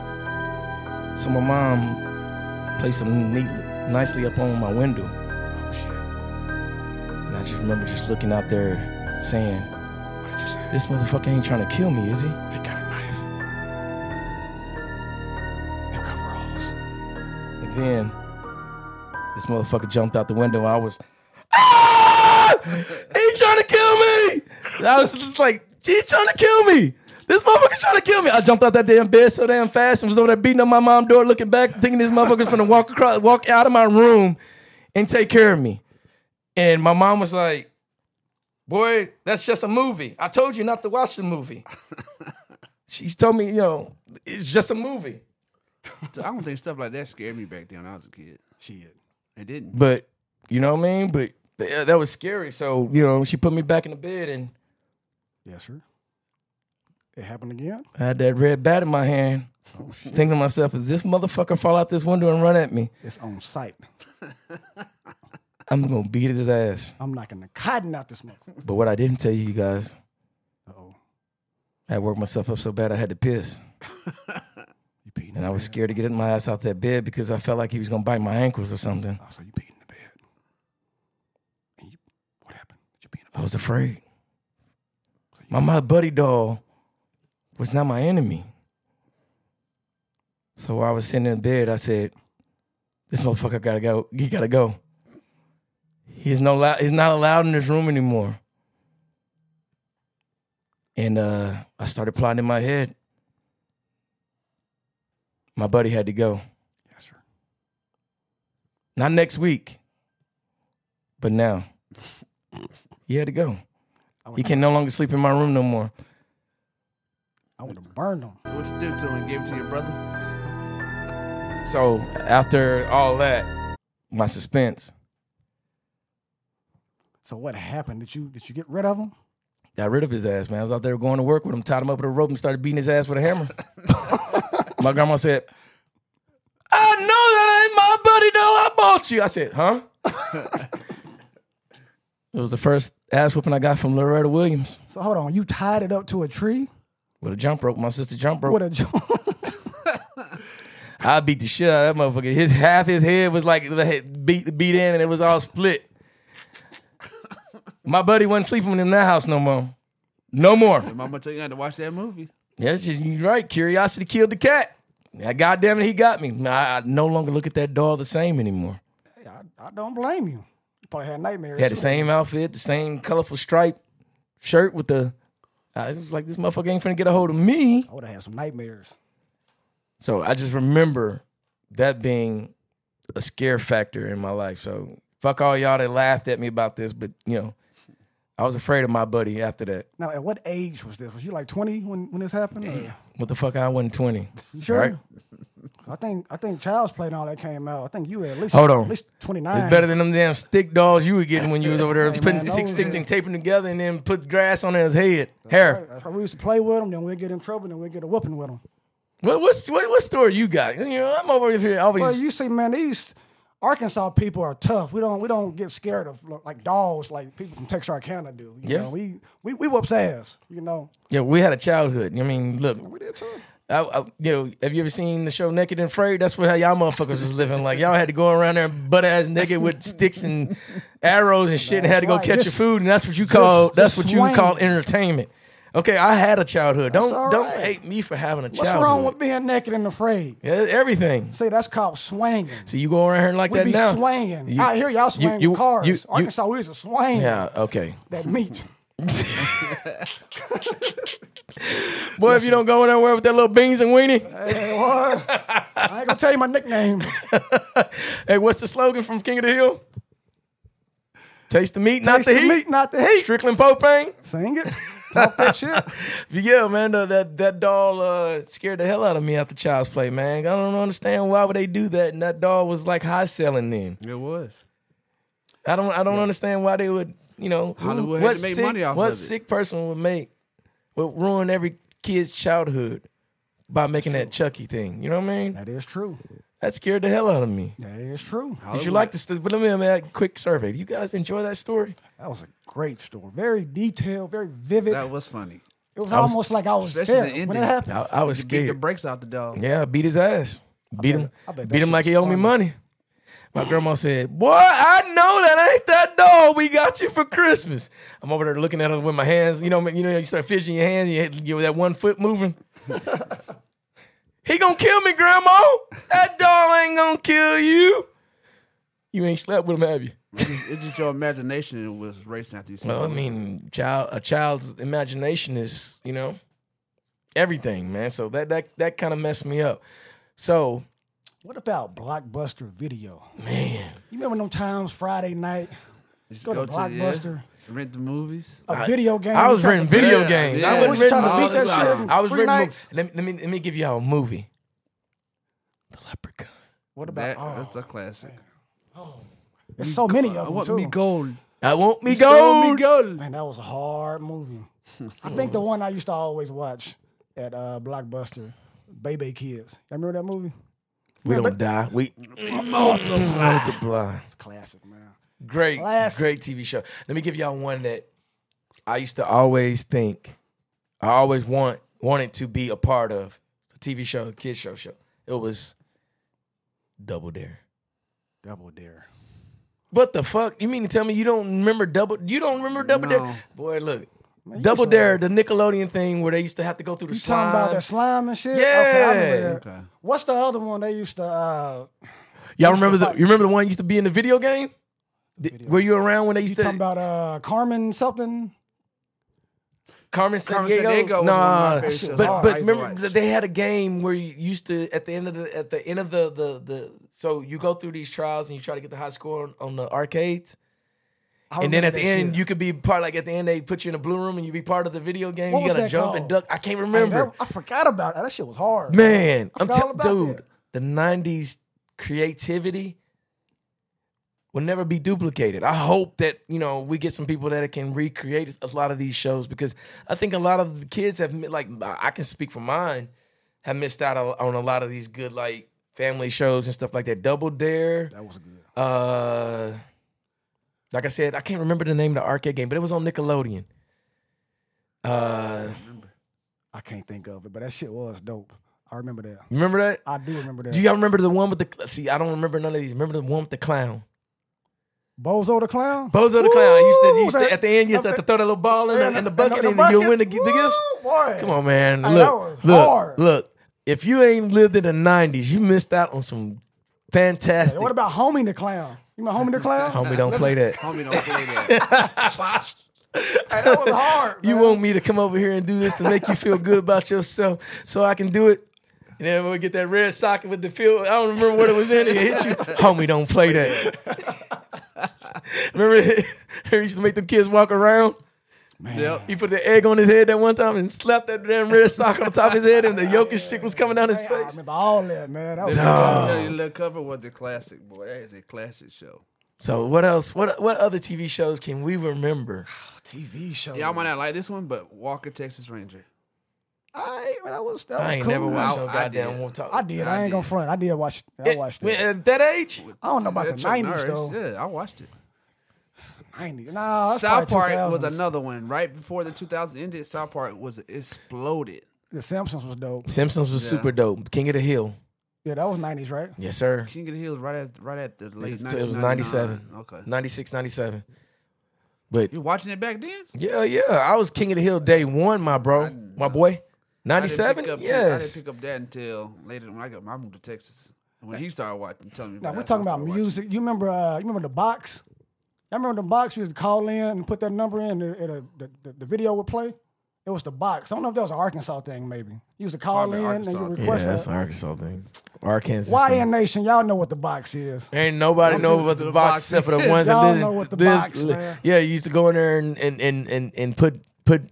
So my mom placed him neatly, nicely up on my window. Oh shit! And I just remember just looking out there saying, What did you say? This motherfucker ain't trying to kill me, is he? He got a knife. And coveralls. And then this motherfucker jumped out the window. I was, ah! He trying to kill me. I was just like, he trying to kill me. This motherfucker trying to kill me. I jumped out that damn bed so damn fast and was over there beating on my mom door, looking back, thinking this motherfucker's gonna walk across, walk out of my room and take care of me. And my mom was like, "Boy, that's just a movie. I told you not to watch the movie." she told me, you know, it's just a movie. I don't think stuff like that scared me back then when I was a kid. Shit. It didn't. But you know what I mean? But th- that was scary. So, you know, she put me back in the bed and Yes, sir. It happened again. I had that red bat in my hand. Thinking to myself, if this motherfucker fall out this window and run at me, It's on site. I'm gonna beat his ass. I'm knocking the cotton out this month. But what I didn't tell you, you guys, Oh, I worked myself up so bad I had to piss. you peeing? And I was scared to get my ass out that bed because I felt like he was gonna bite my ankles or something. I saw you peeing in the bed. And you, what happened? Did you pee in the bed? I was afraid. My, my buddy doll was not my enemy. So I was sitting in bed. I said, "This motherfucker gotta go. He gotta go. He's no. lou- He's not allowed in this room anymore." And uh, I started plotting in my head. My buddy had to go. Yes, sir. Not next week, but now. He had to go. He can no longer sleep in my room no more. I would have burned them. So what you do to him? Give it to your brother? So after all that, my suspense So what happened? Did you did you get rid of them? got rid of his ass, man. I was out there going to work with him, tied him up with a rope, and started beating his ass with a hammer. my grandma said, "I know that ain't my buddy doll I bought you." I said, "Huh?" it was the first ass whooping I got from Loretta Williams So hold on, you tied it up to a tree with a jump rope. My sister jump rope. with a jo- I beat the shit out of that motherfucker. His half his head was like the head beat beat in, and it was all split. My buddy wasn't sleeping in that house no more. No more. Mama tell you had to watch that movie. That's just you're right. Curiosity killed the cat. Yeah, goddamn it, he got me. Nah, I, I no longer look at that doll the same anymore. I, I don't blame you. You probably had nightmares. He had the too. same outfit, the same colorful stripe shirt with the. I was like, this motherfucker ain't finna get a hold of me. I would have had some nightmares. So I just remember that being a scare factor in my life. So fuck all y'all that laughed at me about this, but you know, I was afraid of my buddy after that. Now, at what age was this? Was you like 20 when, when this happened? or- What the fuck? I wasn't twenty. You sure? Right. I think I think Child's Play and all that came out. I think you were at least Hold on. at least 29. It's better than them damn stick dolls you were getting when you was over there Hey, putting man, six those sticks are- and taping together and then put grass on his head, hair. That's why we used to play with them. Then we'd get in trouble. Then we'd get a whooping with them. What what's, what what story you got? You know, I'm over here always. Well, you see, man, these Arkansas people are tough. We don't we don't get scared of like dogs like people from Texarkana do. You Yeah. know, we we we whoops ass. You know, yeah, we had a childhood. I mean, look, we did too. I, I, you know, have you ever seen the show Naked and Afraid? That's what how y'all motherfuckers was living. Like y'all had to go around there butt ass naked with sticks and arrows and shit, and had to go That's catch right. your Just- food, and that's what you call just- that's just what you swing. call entertainment. Okay, I had a childhood. Don't all don't right. hate me for having a What's childhood. wrong with being naked and afraid? yeah, everything? See, that's called swinging. So you go around here like We that be now? swinging. You- I hear y'all you- swinging you- cars. you- you- Arkansas, we used to swing Yeah. Okay. that meat. Boy, if you don't go anywhere with that little beans and weenie, Hey, what? I ain't gonna tell you my nickname. hey, what's the slogan from King of the Hill? Taste the meat, not Taste the, heat. meat, not the heat. Strickland propane. Sing it. Talk that shit. Yeah, man, uh, that that doll uh, scared the hell out of me after Child's Play, man. I don't understand why would they do that. And that doll was like high selling then. It was. I don't I don't understand why they would, you know, who- Hollywood had what to make sick, money off what of it. sick person would make would ruin every kid's childhood by making that Chucky thing. You know what I mean? That is true. That scared the hell out of me. That is true. Did you like this? But let me make a quick survey. Do you guys enjoy that story? That was a great story. Very detailed, very vivid. That was funny. it was, was- almost like I was Especially there the ending. when it happened. I, I was You beat the scared. brakes out the dog. Yeah, I beat his ass. Beat him. I bet that beat him shit like he was owed me funny. money. My grandma said, "Boy, I know that ain't that doll we got you for Christmas." I'm over there looking at her with my hands. You know, you know, you start fidgeting your hands. You hit- you know, that one foot moving. he gonna kill me, grandma. That doll ain't gonna kill you. You ain't slept with him, have you? It's just, it's just your imagination that was racing after you said Well, I that. mean, child, a child's imagination is, you know, everything, man. So that that that kind of messed me up. So, What about Blockbuster Video? man. You remember them times Friday night? Just go to the- Blockbuster. rent the movies. A video game. I you was tried to renting video Yeah, games. yeah. I What was you renting trying to all beat the that shit time. in I was three renting. nights? Let me, let me let me give y'all a movie. The Leprechaun. What about That, oh, That's a classic. there's so many I of them want too. me gold. I want me Show me gold. gold. Man, that was a hard movie. I think the one I used to always watch at uh, Blockbuster, Baby Kids. Y'all remember that movie? We don't die. We multiply. Classic, man. Great, Ah. Classic. great TV show. Let me give y'all one that I used to always think I always want wanted to be a part of. A TV show, kids show show. It was Double Dare. Double Dare. What the fuck? You mean to tell me you don't remember Double? You don't remember Double No. Dare? Boy, look, Double saw- Dare, the Nickelodeon thing where they used to have to go through the You talking about slime. that slime and shit? Okay, I remember Yeah. that. What's the other one they used to? Uh, Y'all remember the? You remember the one used to be in the video game? Did- Were you around when they used you to? talking about uh, Carmen something? Carmen Carmen Sandiego. Sandiego was one of my nah, favorite shows. but Oh, but I used to remember that watch. they had a game where you used to at the end of the at the end of the the the so you go through these trials and you try to get the high score on, on the arcades. I And then remember at the that end, shit. you could be part like at the end they put you in a blue room and you be part of the video game. What you was gotta that jump called? and duck. I can't Hey, remember. that- I forgot about that. That shit was hard. Man, I'm forgot all telling about dude, that. the '90s creativity will never be duplicated. I hope that you know we get some people that can recreate a lot of these shows because I think a lot of the kids have mi- like I I can speak for mine have missed out on on a lot of these good like family shows and stuff like that. Double Dare, That was good. uh, like I said, I can't remember the name of the arcade game, but it was on Nickelodeon. Uh, I can't think of it, but that shit was dope. I remember that. remember that? I do remember that. Do y'all remember the one with the? See, I don't remember none of these. Remember the one with the clown, Bozo the clown. Bozo the clown. You used to, Woo! you used to at the end, you used to have to throw that little ball in the, in the bucket, and, then you'll win the, gi- the gifts. Woo, boy. Come on, man. Hey, that Look, was look, hard. look. If you ain't lived in the '90s, you missed out on some fantastic. Hey, what about Homie the clown? You remember Homie the clown? Homie, don't play that. Homie, don't play that. Hey, that was hard. You man. want me to come over here and do this to make you feel good about yourself, so I can do it. And then we get that red socket with the field. I don't remember what it was in. It hit you, homie. Don't play that. remember, he used to make them kids walk around. yep. He put the egg on his head that one time and slapped that damn red sock on the top of his head, and the yolkish shit was coming down his Hey, I face. remember all that, man. That was I'm telling you, Little Cover was a classic, boy. That is a classic show. So what else? What what other TV shows can we remember? TV show. Y'all might not like this one, but Walker, Texas Ranger. I, man, that was, that was I ain't cool. never watched I- no I goddamn did. one talk. I did. I, I ain't gonna did. front. I did watch. I watched When- it. At that age, I don't know about the That Chuck nineties Norris, though. Yeah, I watched it. Nineties. Nah, that's South probably Park was 2000s. another one. Right before the 2000 ended, South Park was exploded. The Simpsons was dope. Simpsons was super dope. King of the Hill, Yeah, that was nineties, right? yes sir. King of the Hills right at right at the late. It's- it was 1999. 97 Okay. 96 97 but You watching it back then? yeah yeah i was king of the hill day one my bro my boy I didn't pick 97 up- I didn't yes pick up that until later when I got. I moved to Texas. When he started watching, telling me. Now about we're that, so I talking about started music. You remember? Uh, you remember the box? I remember the box. You would call in and put that number in, and it- it- the, the, the video would play. It was the box. I don't know if that was an Arkansas thing. Maybe you used to call Probably in and you Arkansas. request that. an arkansas thing arkansas YN Nation, y'all know what the box is. Ain't nobody Don't know do what the the box box. except for the ones that Y'all live. know what the live- box, li- man. Yeah, you used to go in there and and, and and and put put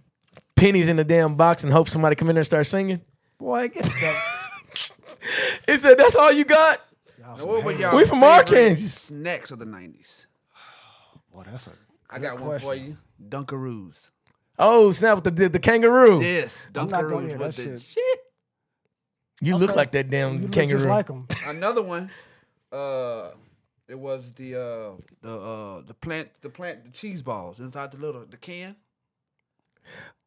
pennies in the damn box and hope somebody come in there and start singing. Boy, get that. He said, "That's all you got." watching. Now, what were y'all We from favorite Arkansas. Snacks of the nineties. Boy, that's a I got one for you. Dunkaroos. Oh snap! With the the kangaroo, Yes, I'm not gonna hear Dunkaroos that was the shit. shit. you look like that damn You look kangaroo. just like them. Another one. Uh, it was the uh the uh the plant the plant the cheese balls inside the little the can.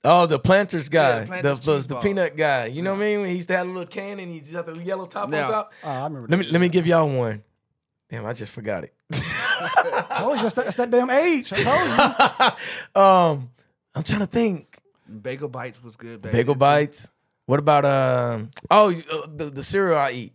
Oh, the planters guy, Yeah, Planters the, the, cheese the ball. peanut guy. You know what I mean? When he used to have a little can and he just had the yellow top Now- on top. Oh, I remember. Let me let me give y'all one. Damn, I just forgot it. that. I told you, it's that, it's that damn age. I told you. Um, I'm trying to think. Bagel bites was good. back Bagel then, too. bites. What about um? Oh, you- uh, the the cereal I eat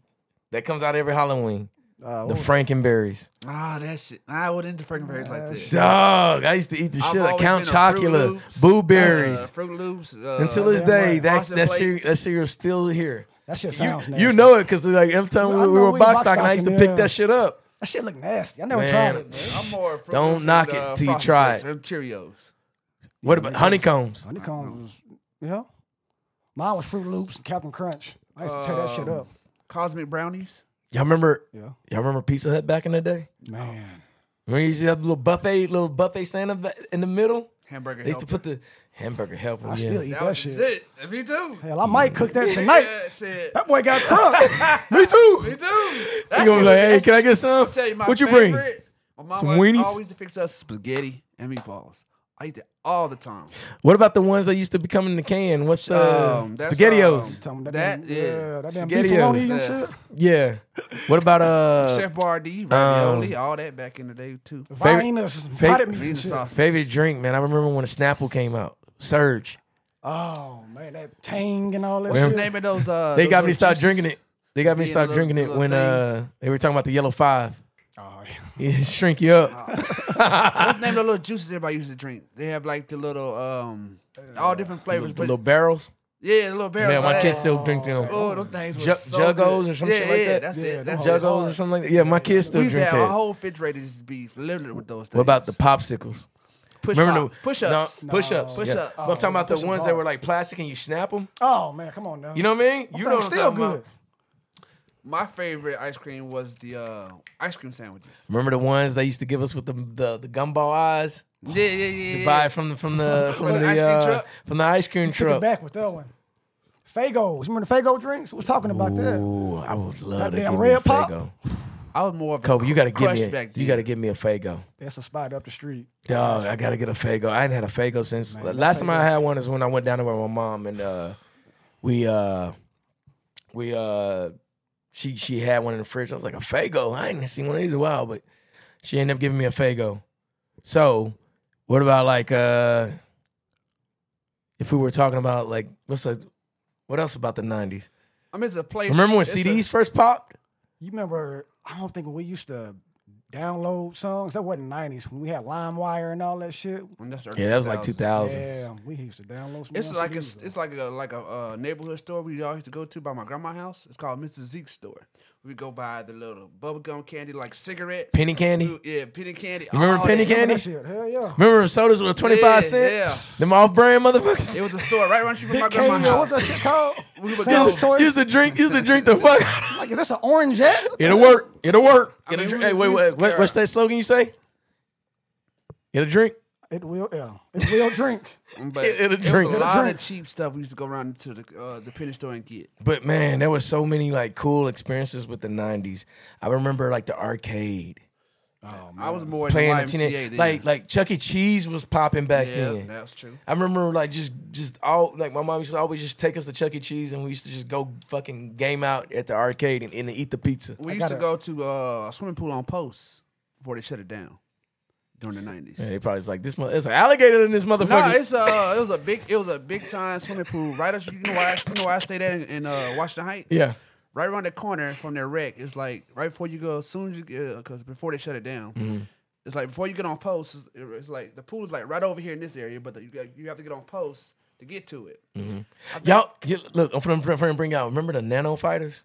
that comes out every Halloween. Uh, Oh. the Frankenberries. Ah, that shit. I went into Frank Berries like this. Dog, I used to eat the I've shit. always Count been a Froot Chocula, Loops, Boo Berries. uh, Fruit Loops. Uh, Until this damn day, right. that Frosted that, cere- Flakes. that cereal's still here. that You, shit sounds nasty. you know it because like every time we, I we know were we box box stocking, I used to stocking, pick yeah. that shit up. that shit look nasty. I never Man. tried it. Man. I'm more Fruit Don't Loops knock and, it uh, till you Frosted try Flakes it. and Cheerios. What about honeycombs? Honeycomb was, yeah. Uh. Mine was Fruit Loops and Captain Crunch. I used to tear that shit up. Cosmic brownies. Y'all remember? Yeah. Y'all remember Pizza Hut back in the day? Man. Remember you used to have the little buffet, little buffet stand up in the middle. Hamburger. They used to helper. put the hamburger helper. I yeah. still eat that, that was shit. shit. Me too. Hell, I might cook that tonight. Yeah, shit. That boy got crunk. Me Me too. too. That You gonna be shit like, was- hey, can I get some? I'll tell you my what you favorite. bring? My mom Some Some weenies? always to fix us spaghetti and meatballs. I eat that all the time. What about the ones that used to be coming in the can? What's the Um, that's, spaghettios? Tell him that, That- been, yeah. yeah, that been Spaghettios. beefaroni and Yeah. shit. yeah. What about uh um, Chef Bardi, ravioli, all that back in the day too. Vinus, potted meat Vina and shit. sauce. favorite drink, man? I remember when the Snapple came out. Surge. Oh man, that tang and all that What's the shit. name of those? Uh, They those got me to little start juices? drinking it. They got me to Being a start little- drinking it little when thing. uh they were talking about the yellow five. Oh, yeah. Yeah, shrink you Ah, up. What's the name of the little juices everybody used to drink? They have like the little um, all different flavors. The But, little barrels. yeah, the little Man, barrels. my all kids that. still drink them. Oh, those things were Ju- so good. Juggos or some yeah, shit like yeah, that? That's Yeah, it. That's them it. hoes. Juggos or something like that. Yeah, my kids We still used to drink have our that. whole refrigerators be littered with those things. What about the popsicles? push Remember the push ups? No, push ups. Push ups. I'm talking about the Push-ups ones hard. that were like plastic and you snap them. Oh man, come on now. You know what I mean? You know Thing's what I'm still talking good. about. My favorite ice cream was the uh, ice cream sandwiches. Remember the ones they used to give us with the the, the gumball eyes? Yeah, yeah, yeah. yeah. Buy it from the from the from From the ice the cream uh, truck? from the ice cream Took it truck. back with that one. Fagos. Remember the Fago drinks? We was talking about that. Ooh, I would love to Goddamn give me a Red Pop. Fago. I was more of a Kobe, you gotta give crush me a, back then. you gotta give me a Fago. That's a spot up the street. Dog, I gotta get a Fago. I ain't had a Fago since that last time I had one is when I went down there with my mom and uh, we uh, we uh, she she had one in the fridge. I was like a Fago. I ain't seen one of these in a while, but she ended up giving me a Fago. So, what about like uh, if we were talking about like what's like what else about the nineties? I mean, it's a place. Remember when it's a- CDs first popped? You remember? I don't think when we used to download songs. That wasn't nineties when we had LimeWire and all that shit. Mm, that's early Yeah, that was like two 2000. thousand. Yeah, we used to download. Some It's damn like a, CDs, though. it's like a like a uh, neighborhood store we all used to go to by my grandma's house. It's called Mrs. Zeke's store. We go buy the little bubblegum candy like cigarettes. Penny candy. We- Yeah, penny candy. You remember all penny that. candy? That shit, hell yeah. Remember when sodas were twenty five Yeah, cents? yeah. Them off brand motherfuckers. It was a store right around you from my Hey, grandma's yo, house. what's that shit called? would go- Sam's Choice. Used to drink, used to drink the fuck. out of- like, is this an orange jet? It'll work. It'll work. I It'll mean, drink. we Hey, was- wait, we wait, was wait. What's scared. that slogan you say? It'll drink. It will. Yeah, it will drink. But It'll it, was drink. a It'll lot drink. of cheap stuff we used to go around to the uh, the penny store and get. But man, there was so many like cool experiences with the '90s. I remember like the arcade I was more Oh, playing the in the YMCA teenage, then. like like Chuck E. Cheese was popping back yeah, then. that's true. I remember like just just all like my mom used to always just take us to Chuck E. Cheese and we used to just go fucking game out at the arcade and, and eat the pizza. We I used to go gotta- to uh, a swimming pool on post before they shut it down during the nineties. And they probably was like this. Mother, it's an alligator in this motherfucker. No, it's uh, it was a big, it was a big time swimming pool right up. You know why? I, you know why I stayed there in, in uh, Washington Heights. yeah. right around the corner from their wreck. It's like right before you go, as soon as you get, because before they shut it down, Mm-hmm. it's like before you get on post, it's, it's like the pool is like right over here in this area, but the, you, got, you have to get on post to get to it. Mm. Y'all, you, look, I'm from from bring out. Remember the nano fighters?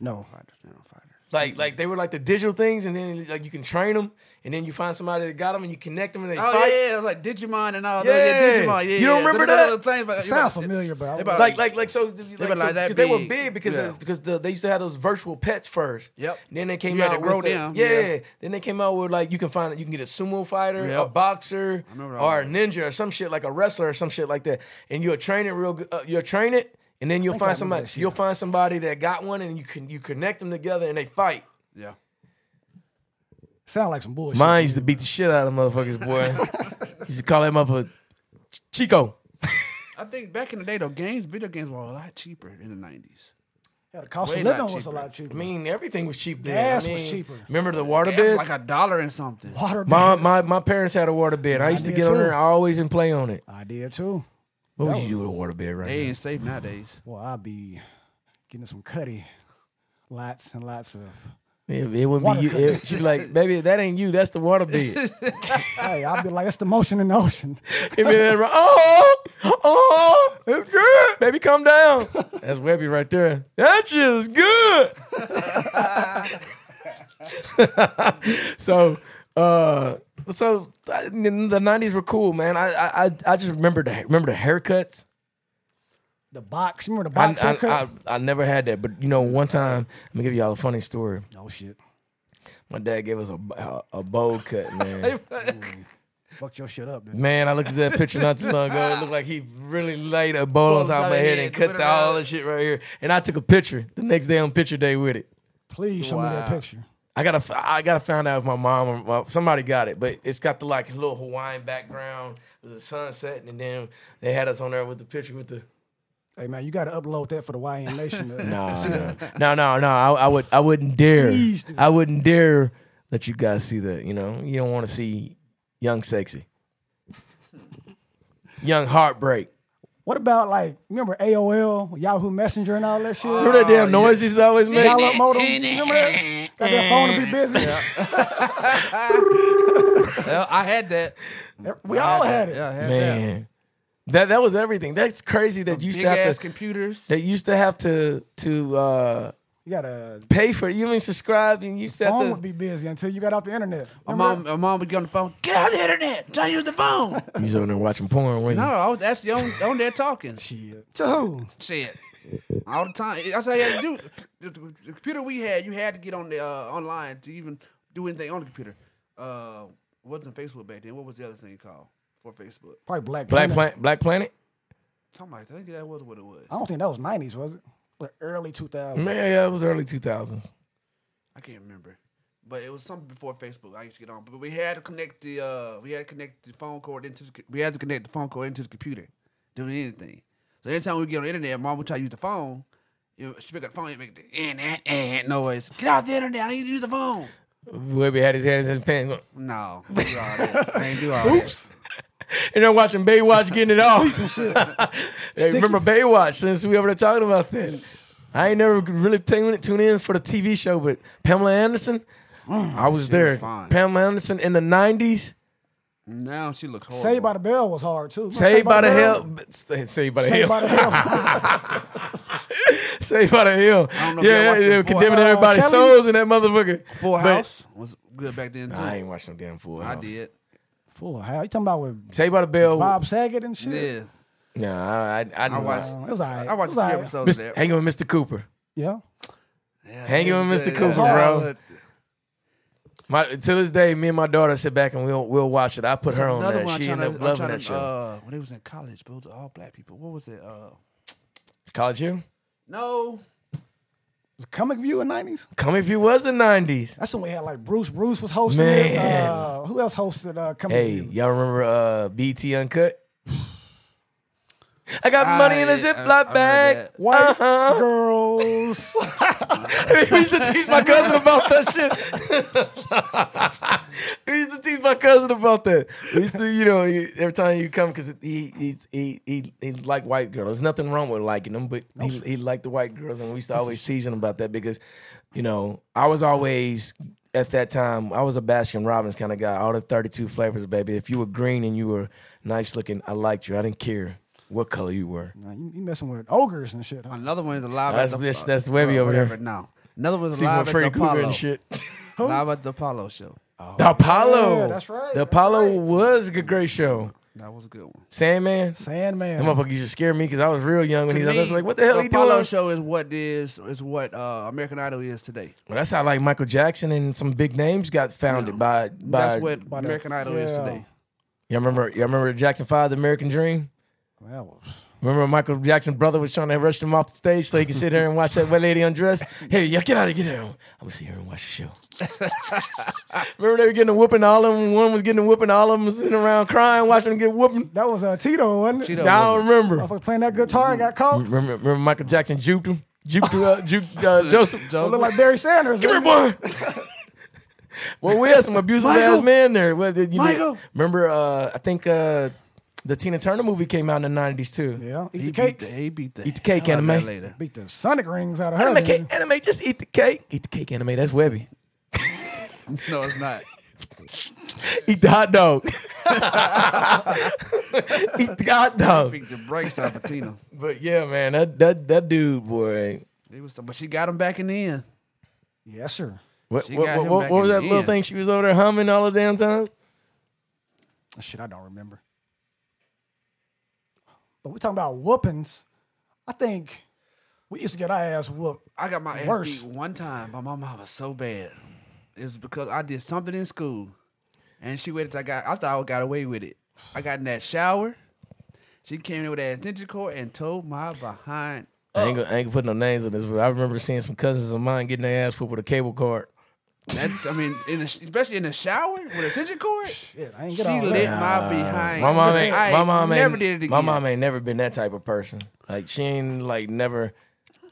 No, Fighters, nano fighters. Like, like they were like the digital things, and then like you can train them, and then you find somebody that got them, and you connect them, and they Oh fight. yeah, yeah, it was like Digimon and all. Yeah. that. Yeah, Digimon. Yeah, You don't yeah. remember Those- that? those Things, like, sound familiar, but I about- Like, like, like, so, like, were like so- that 'cause they were big. big because Yeah. because the, they used to have those virtual pets first. Yep. And then they came You had out to grow with the- them, yeah, yeah. Then they came out with like you can find you can get a sumo fighter, a Yep. boxer, remember all or a ninja or some shit like a wrestler or some shit like that. And you'll train it real good. Uh, you'll train it, and then you'll I find remember somebody. that shit. You'll find somebody that got one, and you can you connect them together, and they fight. yeah. sound like some bullshit. Mine used to beat the shit out of motherfuckers, boy. used to call that motherfucker Ch- Chico. I think back in the day, though, games, video games were a lot cheaper in the nineties. Yeah, the cost Way of not living was a cheaper. lot cheaper. I mean, everything was cheap then. Gas I was mean, cheaper. Remember the water It's beds? like a dollar and something. Water my, bills. my my parents had a water bed. I used to did get on too. there and always and play on it. I did too. What would you do with a water bed right They now? ain't safe nowadays. Well, I'd be getting some cutty, lots and lots of. It, it would Water be you. It, she'd be like, baby, that ain't you. That's the water bed. Hey, I'd be like, it's the motion in the ocean. It'd be that, oh, oh, it's good. Baby, come down. That's Webby right there. That shit is good. so, uh, so I- the nineties were cool, man. I, I, I- I just remember the remember the haircuts. the box. Remember the I, box I, haircut? I, I never had that, but you know, one time, I'm gonna give y'all a funny story. oh shit! My dad gave us a, a bowl cut, man. Fucked your shit up, dude. Man, I looked at that picture not too long ago. It looked like he really laid a bowl on top of my head and cut the, all this shit right here. And I took a picture the next day on picture day with it. Please show me that Wow. picture. I gotta, f- I gotta find out if my mom or my, somebody got it, but it's got the like little Hawaiian background with the sunset, and then they had us on there with the picture with the. Hey man, you got to upload that for the YN Nation. man. No, no, no, no, no. I, I would, I wouldn't dare. Oh, Please do. I wouldn't dare let you guys see that. You know, you don't want to see young sexy, young heartbreak. What about like remember AOL, Yahoo Messenger, and all that shit? Remember that Oh, damn noise used to always make? Dial up modem. Remember that? Got that phone to be busy. Well, I had that. We all had it. Yeah, I had that. Man, that that was everything. That's crazy that you used Big to have ass to. computers. They used to have to to uh, You got a pay for it. You mean subscribe and you used to have phone to. would be busy until you got off the internet. My mom, my mom would get on the phone. Get out of the internet. I'm trying to use the phone. You was on there watching porn, weren't no, I was actually on, on there talking Shit. To who? shit all the time. That's how you had to do. The, the computer we had, you had to get on the uh, online to even do anything on the computer. Uh, wasn't Facebook back then. What was the other thing called for Facebook? Probably Black Black Planet. Planet. Black Planet. Something like that. I think that was what it was. I don't think that was nineties, was it? Like early two thousand. Man, yeah, it was early two thousands. I can't remember. But it was something before Facebook. I used to get on, but we had to connect the uh, we had to connect the phone cord into the, co- we had to connect the phone cord into the computer, doing anything. So anytime we get on the internet, mom would try to use the phone. You- She pick up the phone and make the eh, eh, eh, noise. Get off the internet! I need to use the phone. Webby had his hands in his pants, going, No, do all that. I ain't do all Oops. and they're watching Baywatch, getting it off. hey, remember Baywatch? Since we over there talking about that, I ain't never really tune tune in for the TV show, but Pamela Anderson, I was there. Mm, fine. Pamela Anderson in the nineties. Now she looks horrible. Saved by the Bell was hard too. Remember Saved by the Bell? Hell. but- Saved by the Hell. Saved by the Hell. Saved by the Hill. don't know if y'all yeah, watched yeah, it before. condemning Uh, everybody's Kelly? souls in that motherfucker. Full But- House was good back then too. I I, ain't watching no damn Full House. did. Fool, how you talking about with Saved by the Bell. Bob Saget and shit? Yeah, No, I, I, I, didn't watch. watched- Uh, it was all right. I watched it was all three right. episodes Mr. there. Hanging with Mr. Cooper. Yeah. Yeah, Hanging it was with Mr. good. Cooper, Yeah. bro. My, to this day, me and my daughter sit back and we'll we'll watch it. I put her on Another that. one I'm She trying ended up to, I'm loving trying that to, show. uh, when it was in college, but it was all black people. What was it? Uh, College Hill. no, Was Comic View in nineties? Come if you was the nineties. That's when we had like Bruce. Bruce was hosting it. Man. Uh, who else hosted uh, Comic Hey, View? y'all remember uh, BT Uncut? I got money in a I- Ah, I- Ziploc I bag. remember White Uh-huh. girls. we used to teach my cousin about that shit. we used to teach my cousin about that. We used to, you know, you- every time you come, because he he he he, he like white girls. There's nothing wrong with liking them, but he he liked the white girls, and we used to always tease him about that because, you know, I was always. At that time, I was a Baskin Robbins kind of guy. All the 32 flavors, baby. If you were green and you were nice looking, I liked you. I didn't care what color you were. Nah, you, you messing with ogres and shit. Huh? another one is alive. That's- at the, uh, that's- that's Webby over whatever, there. No, another one is See, live with at Freddy the Krueger Apollo. and shit. Live at the Apollo show. The Apollo. yeah, that's right, The that's Apollo right. was a good, great show. That was a good one. Sandman. That Sandman. motherfucker used to scare me because I was real young when he was I was Me, like, what the hell he Apollo doing? show is what is is what uh, American Idol is today. Well, that's how like Michael Jackson and some big names got founded by by. That's what the- American Idol is Yeah. today. Y'all remember? Y'all remember Jackson Five, The American Dream? That was- Remember Michael Jackson's brother was trying to rush him off the stage so he could sit there and watch that wet lady undress? Hey, y'all get out of here. Get out. I'm gonna sit here and watch the show. remember they were getting a whooping. All of them. One was getting a whooping. All of them was sitting around crying, watching them get whooping. That was uh, Tito, wasn't it? Tito. Mm-hmm. I don't remember. Motherfucker playing that guitar and got caught. Remember, remember Michael Jackson juked him? Juked, uh, juked uh, Joseph? It looked like Barry Sanders. Give me one! well, we had some abusive ass Michael! men there. Well, you know- Michael! remember, uh, I think uh, the Tina Turner movie came out in the 90s too. yeah, eat He the beat cake. the, he beat the Eat the cake, hell out of that anime. later. Beat the Sonic rings out of her. Anime, cake, man. anime, just eat the cake. Eat the cake, anime. That's Webby. No, it's not. Eat the hot dog. eat the hot dog. Beat the brakes out of Tina. But yeah, man, that that that dude, boy. He was, but she got him back in the end. Yes, sir. What, She what, got what, him what back was in that the little end. thing she was over there humming all the damn time? Shit, I don't remember. But we're talking about whoopings. I think we used to get our ass whooped. I got my ass Worse. beat one time by my mama so bad. It was because I did something in school, and she waited. Till I got. I thought I got away with it. I got in that shower. She came in with that attention cord and told my behind. I Oh. ain't, gonna, I ain't gonna put no names on this, but I remember seeing some cousins of mine getting their ass whooped with a cable card. That's, I mean, in a, especially in the shower with a attention cord. Shit, I ain't She get all lit that. my behind. My mom ain't. I My mom ain't. never did it again. My mom ain't never been that type of person. Like she ain't like never.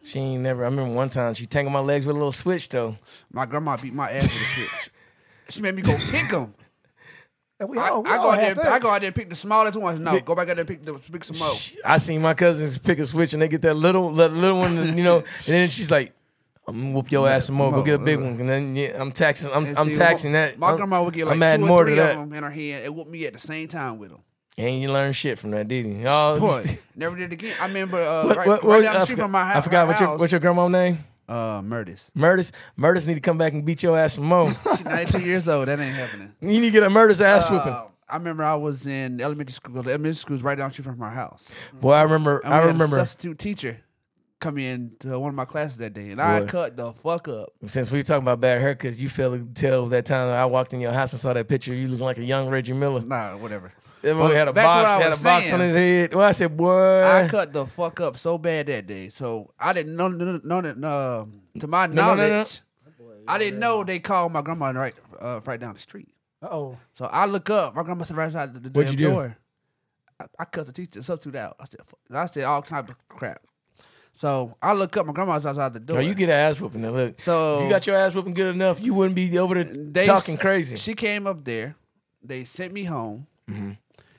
She ain't never. I remember one time she tangled my legs with a little switch though. My grandma beat my ass with a switch. She made me go pick them. And we I, all, Oh, we I all go out there. had and- that. I go out there and pick the smallest ones. No, go back out there and pick the pick some more. I seen my cousins pick a switch and they get that little that little one, you know. And then she's like, "I'm gonna whoop your ass some more. Go get a big one." And then yeah, I'm taxing. I'm, And I'm see, taxing my- that. My I'm- grandma would get I'm like adding two or more three to that. of them in her hand and whoop me at the same time with them. And you learn shit from that, did you? Oh, Boy, never did it again. I remember uh, what- right, what- right what- down I the street forgot- from my house. I forgot her what your house, what's your grandma's name? uh, Murdis. Murdis. Murdis need to come back and beat your ass some more. She's 92 years old. That ain't happening. you need to get a Murdis ass whooping. Uh, I remember I was in elementary school. The elementary school was right down the street from my house. Boy, I remember. And I we had a remember. substitute teacher come in to one of my classes that day, and I Boy. cut the fuck up. Since we were talking about bad haircuts, you failed to tell that time that I walked in your house and saw that picture. You looking like a young Reggie Miller. Nah, whatever. That But boy had a back to what box. I Had a was box on saying. his head. Well, I said, boy. I cut the fuck up so bad that day. So I didn't know, no, no, no, no, to my no, no. knowledge, I didn't know they called my grandma right, uh, right down the street. Uh-oh. So I look up. My grandma said right outside the, the What'd damn you do? door. I, I cut the teacher substitute out. I said, fuck. I said all type of crap. So I look up. My grandma's outside the door. Oh, you get an ass whooping. Now look, So- if you got your ass whooping good enough, you wouldn't be over there They talking s- crazy. Mm-hmm. She came up there. They sent me home.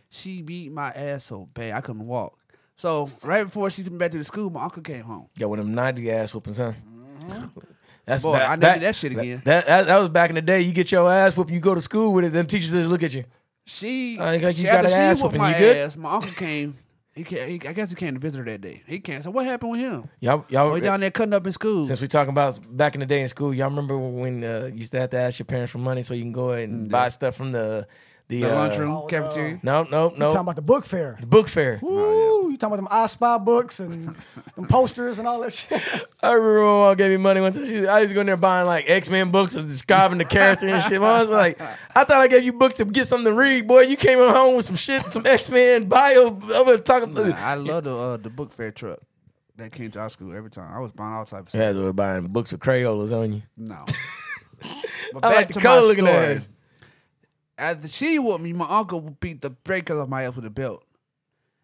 She beat my ass so bad I couldn't walk. So right before she sent me back to the school, my uncle came home. got one of them ninety ass whoopings, huh? That's Mm-hmm. Boy, back- I never back- did that shit again. That, that that was back in the day. You get your ass whooped, you go to school with it, then teachers just look at you. She, I think she Uh, you got after an she ass whooped whooping. my You good? ass, my uncle came. He, ca- he, I guess he came to visit her that day. He came. So what happened with him? Y'all, y'all Oh, he down there cutting up in school. Since we talking about back in the day in school, y'all remember when uh, you used to have to ask your parents for money so you can go ahead and buy stuff from the the, the uh, lunchroom, Oh, no. cafeteria. No, no, You Oh. talking no. about the book fair. Book fair. Ooh, you talking about them I Spy books and them posters and all that shit. I remember when mom gave me money one time. She, I used to go in there buying like X Men books and describing the character and shit. Mom was like, I thought I gave you books to get something to read. Boy, you came home with some shit, some X Men bio. I'm gonna talk Nah, I love the uh, the book fair truck that came to our school every time. I was buying all types of stuff. Yeah, they were buying books with Crayolas on you. No. but I back like to the my color looking story. ass. After she whooped me, my uncle beat the breakers off my ass with a belt.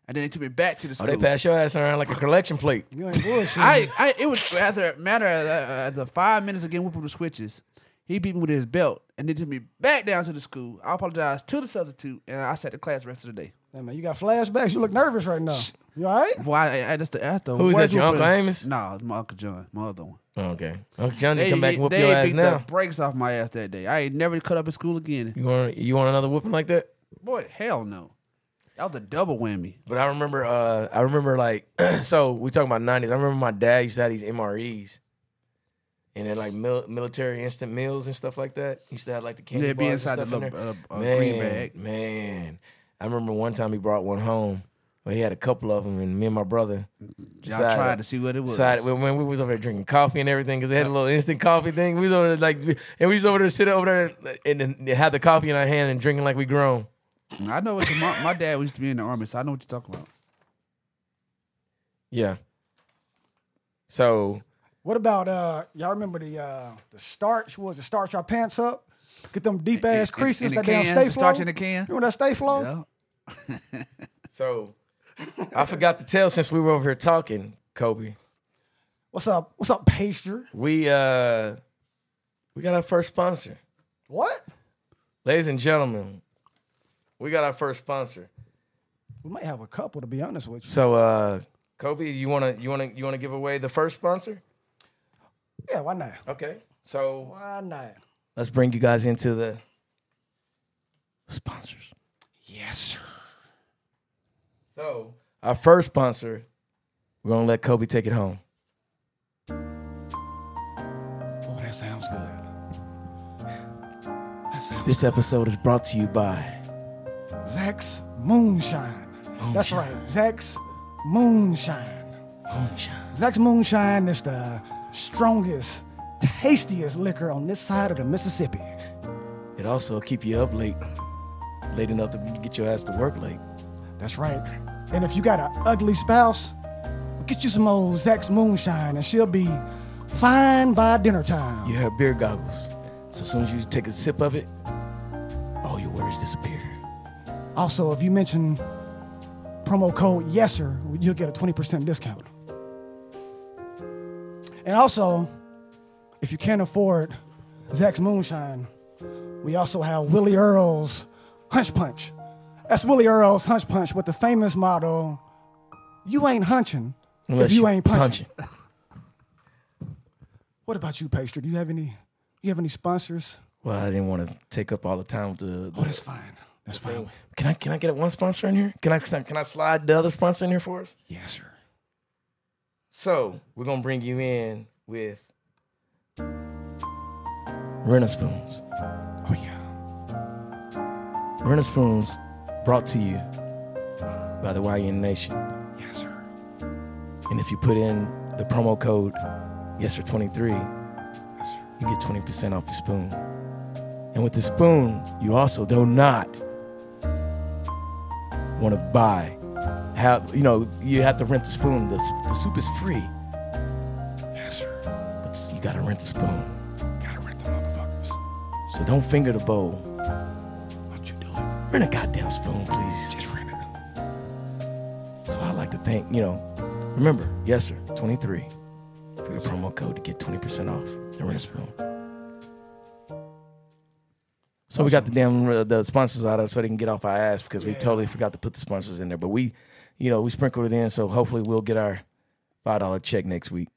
And then they took me back to the Oh, school. they pass your ass around like a collection plate. You ain't bullshit. I, Mm-hmm. I it was rather matter of, uh, uh, the five minutes of getting whooped with the switches. He beat me with his belt and then took me back down to the school. I apologized to the substitute and I sat the class the rest of the day. Hey, man, you got flashbacks. You look nervous right now. You all right? Why? I, I, that's the, that's the Who is worst that, your whooping- Uncle Amos? No, it's my uncle John, my other one. Oh, Okay, Uncle Johnny They, come back and whoop they your ass beat the now. brakes off my ass that day. I ain't never cut up in school again. You want you want another whooping like that? Boy, hell no. That was a double whammy. But I remember, uh, I remember like, so we talking about nineties. I remember my dad used to have these MREs, and then like mil- military instant meals and stuff like that. He used to have like the candy Yeah, bars be and inside the stuff in little uh, there. uh, man, green bag. man. I remember one time he brought one home. Well, he had a couple of them, and me and my brother Y'all decided- tried to see what it was. decided- when- when we was over there drinking coffee and everything, because they had a little instant coffee thing. We was over there like, and we was over there sitting over there and, and had the coffee in our hand and drinking like we grown. I know what your mom, my dad used to be in the army, so I know what you're talking about. Yeah. So What about uh y'all remember the uh the starch was to starch our pants up? Get them deep In- ass in- creases in the that damn can, stay flow. starch in the can? You remember that stay Oh. flow? Yeah. So I forgot to tell since we were over here talking, Kobe. What's up? What's up, paster? We uh we got our first sponsor. What? Ladies and gentlemen, we got our first sponsor. We might have a couple to be honest with you. So uh Kobe, you wanna you wanna you wanna give away the first sponsor? Yeah, why not? Okay. So Why not? let's bring you guys into the sponsors. Yes, sir. So our first sponsor, we're gonna let Kobe take it home. Oh, that sounds good. That sounds This episode is brought to you by Zach's Moonshine. That's right, Zach's Moonshine. Moonshine. Zach's Moonshine is the strongest, tastiest liquor on this side of the Mississippi. It also keep you up late, late enough to get your ass to work late. That's right. And if you got an ugly spouse, get you some old Zach's Moonshine and she'll be fine by dinner time. You have beer goggles, so as soon as you take a sip of it, all your worries disappear. Also, if you mention promo code YESSER, you'll get a 20% discount. And also, if you can't afford Zach's Moonshine, we also have Willie Earl's Hunch Punch. That's Willie Earl's Hunch Punch with the famous motto, you ain't hunching if Unless you, ain't punching. punching. What about you, Pastry? Do you have any, you have any sponsors? Well, I didn't want to take up all the time with the. Oh, that's fine. That's fine. Can I can I get one sponsor in here? Can I can I slide the other sponsor in here for us? Yes, sir. So we're gonna bring you in with Renner Spoons. Oh, yeah. Renner Spoons brought to you by the YN Nation. Yes, sir. And if you put in the promo code YESER23, Yes, sir. you get 20% off your spoon. And with the spoon, you also do not want to buy. Have you know you have to rent the spoon. The, s- the soup is free, Yes, sir. but you gotta rent the spoon. Gotta rent the motherfuckers. So don't finger the bowl. Don't you do it? Rent a goddamn spoon, please. Just rent it. So I like to thank you know. Remember, yes sir, 23 for your promo code to get 20% off the rent a spoon. So we got the damn uh, the sponsors out of so they can get off our ass because we Yeah. totally forgot to put the sponsors in there. But we, you know, we sprinkled it in, so hopefully we'll get our five dollar check next week.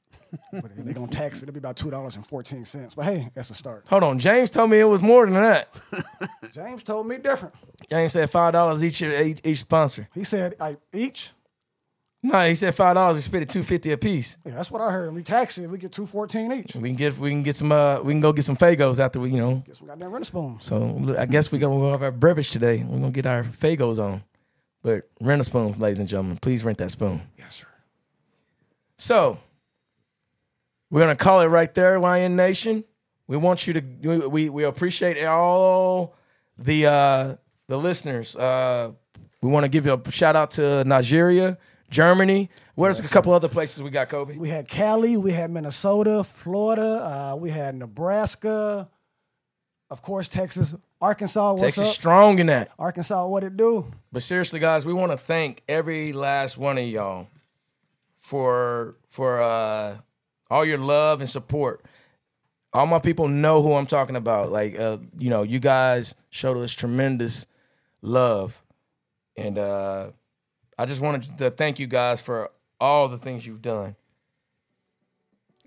But they're gonna tax it. It'll be about two dollars and fourteen cents. But hey, that's a start. Hold on, James told me it was more than that. James told me different. James said five dollars each, uh, each each sponsor. He said like each. No, he said five dollars. We split it two fifty a piece. Yeah, that's what I heard. We tax it. We get two fourteen each. We can get we can get some uh we can go get some Fagos after we you know. Guess we got that rent spoons. So look, I guess we gonna have our beverage today. We're gonna get our Fagos on. But rent a spoon, ladies and gentlemen. Please rent that spoon. Yes, sir. So we're gonna call it right there, YN Nation. We want you to we we, we appreciate all the uh, the listeners. Uh, we want to give you a shout out to Nigeria, Germany. Where's a couple other places we got Kobe? We had Cali. We had Minnesota, Florida. Uh, we had Nebraska. Of course, Texas, Arkansas. What's Texas up? strong in that. Arkansas, what it do? But seriously, guys, we want to thank every last one of y'all for for uh, all your love and support. All my people know who I'm talking about. Like, uh, you know, you guys showed us tremendous love, and uh, I just wanted to thank you guys for all the things you've done.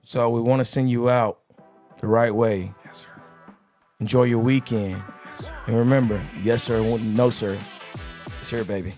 So we want to send you out the right way. Yes, sir. Enjoy your weekend, Yes, sir. and remember, yes sir, no sir, it's here, baby.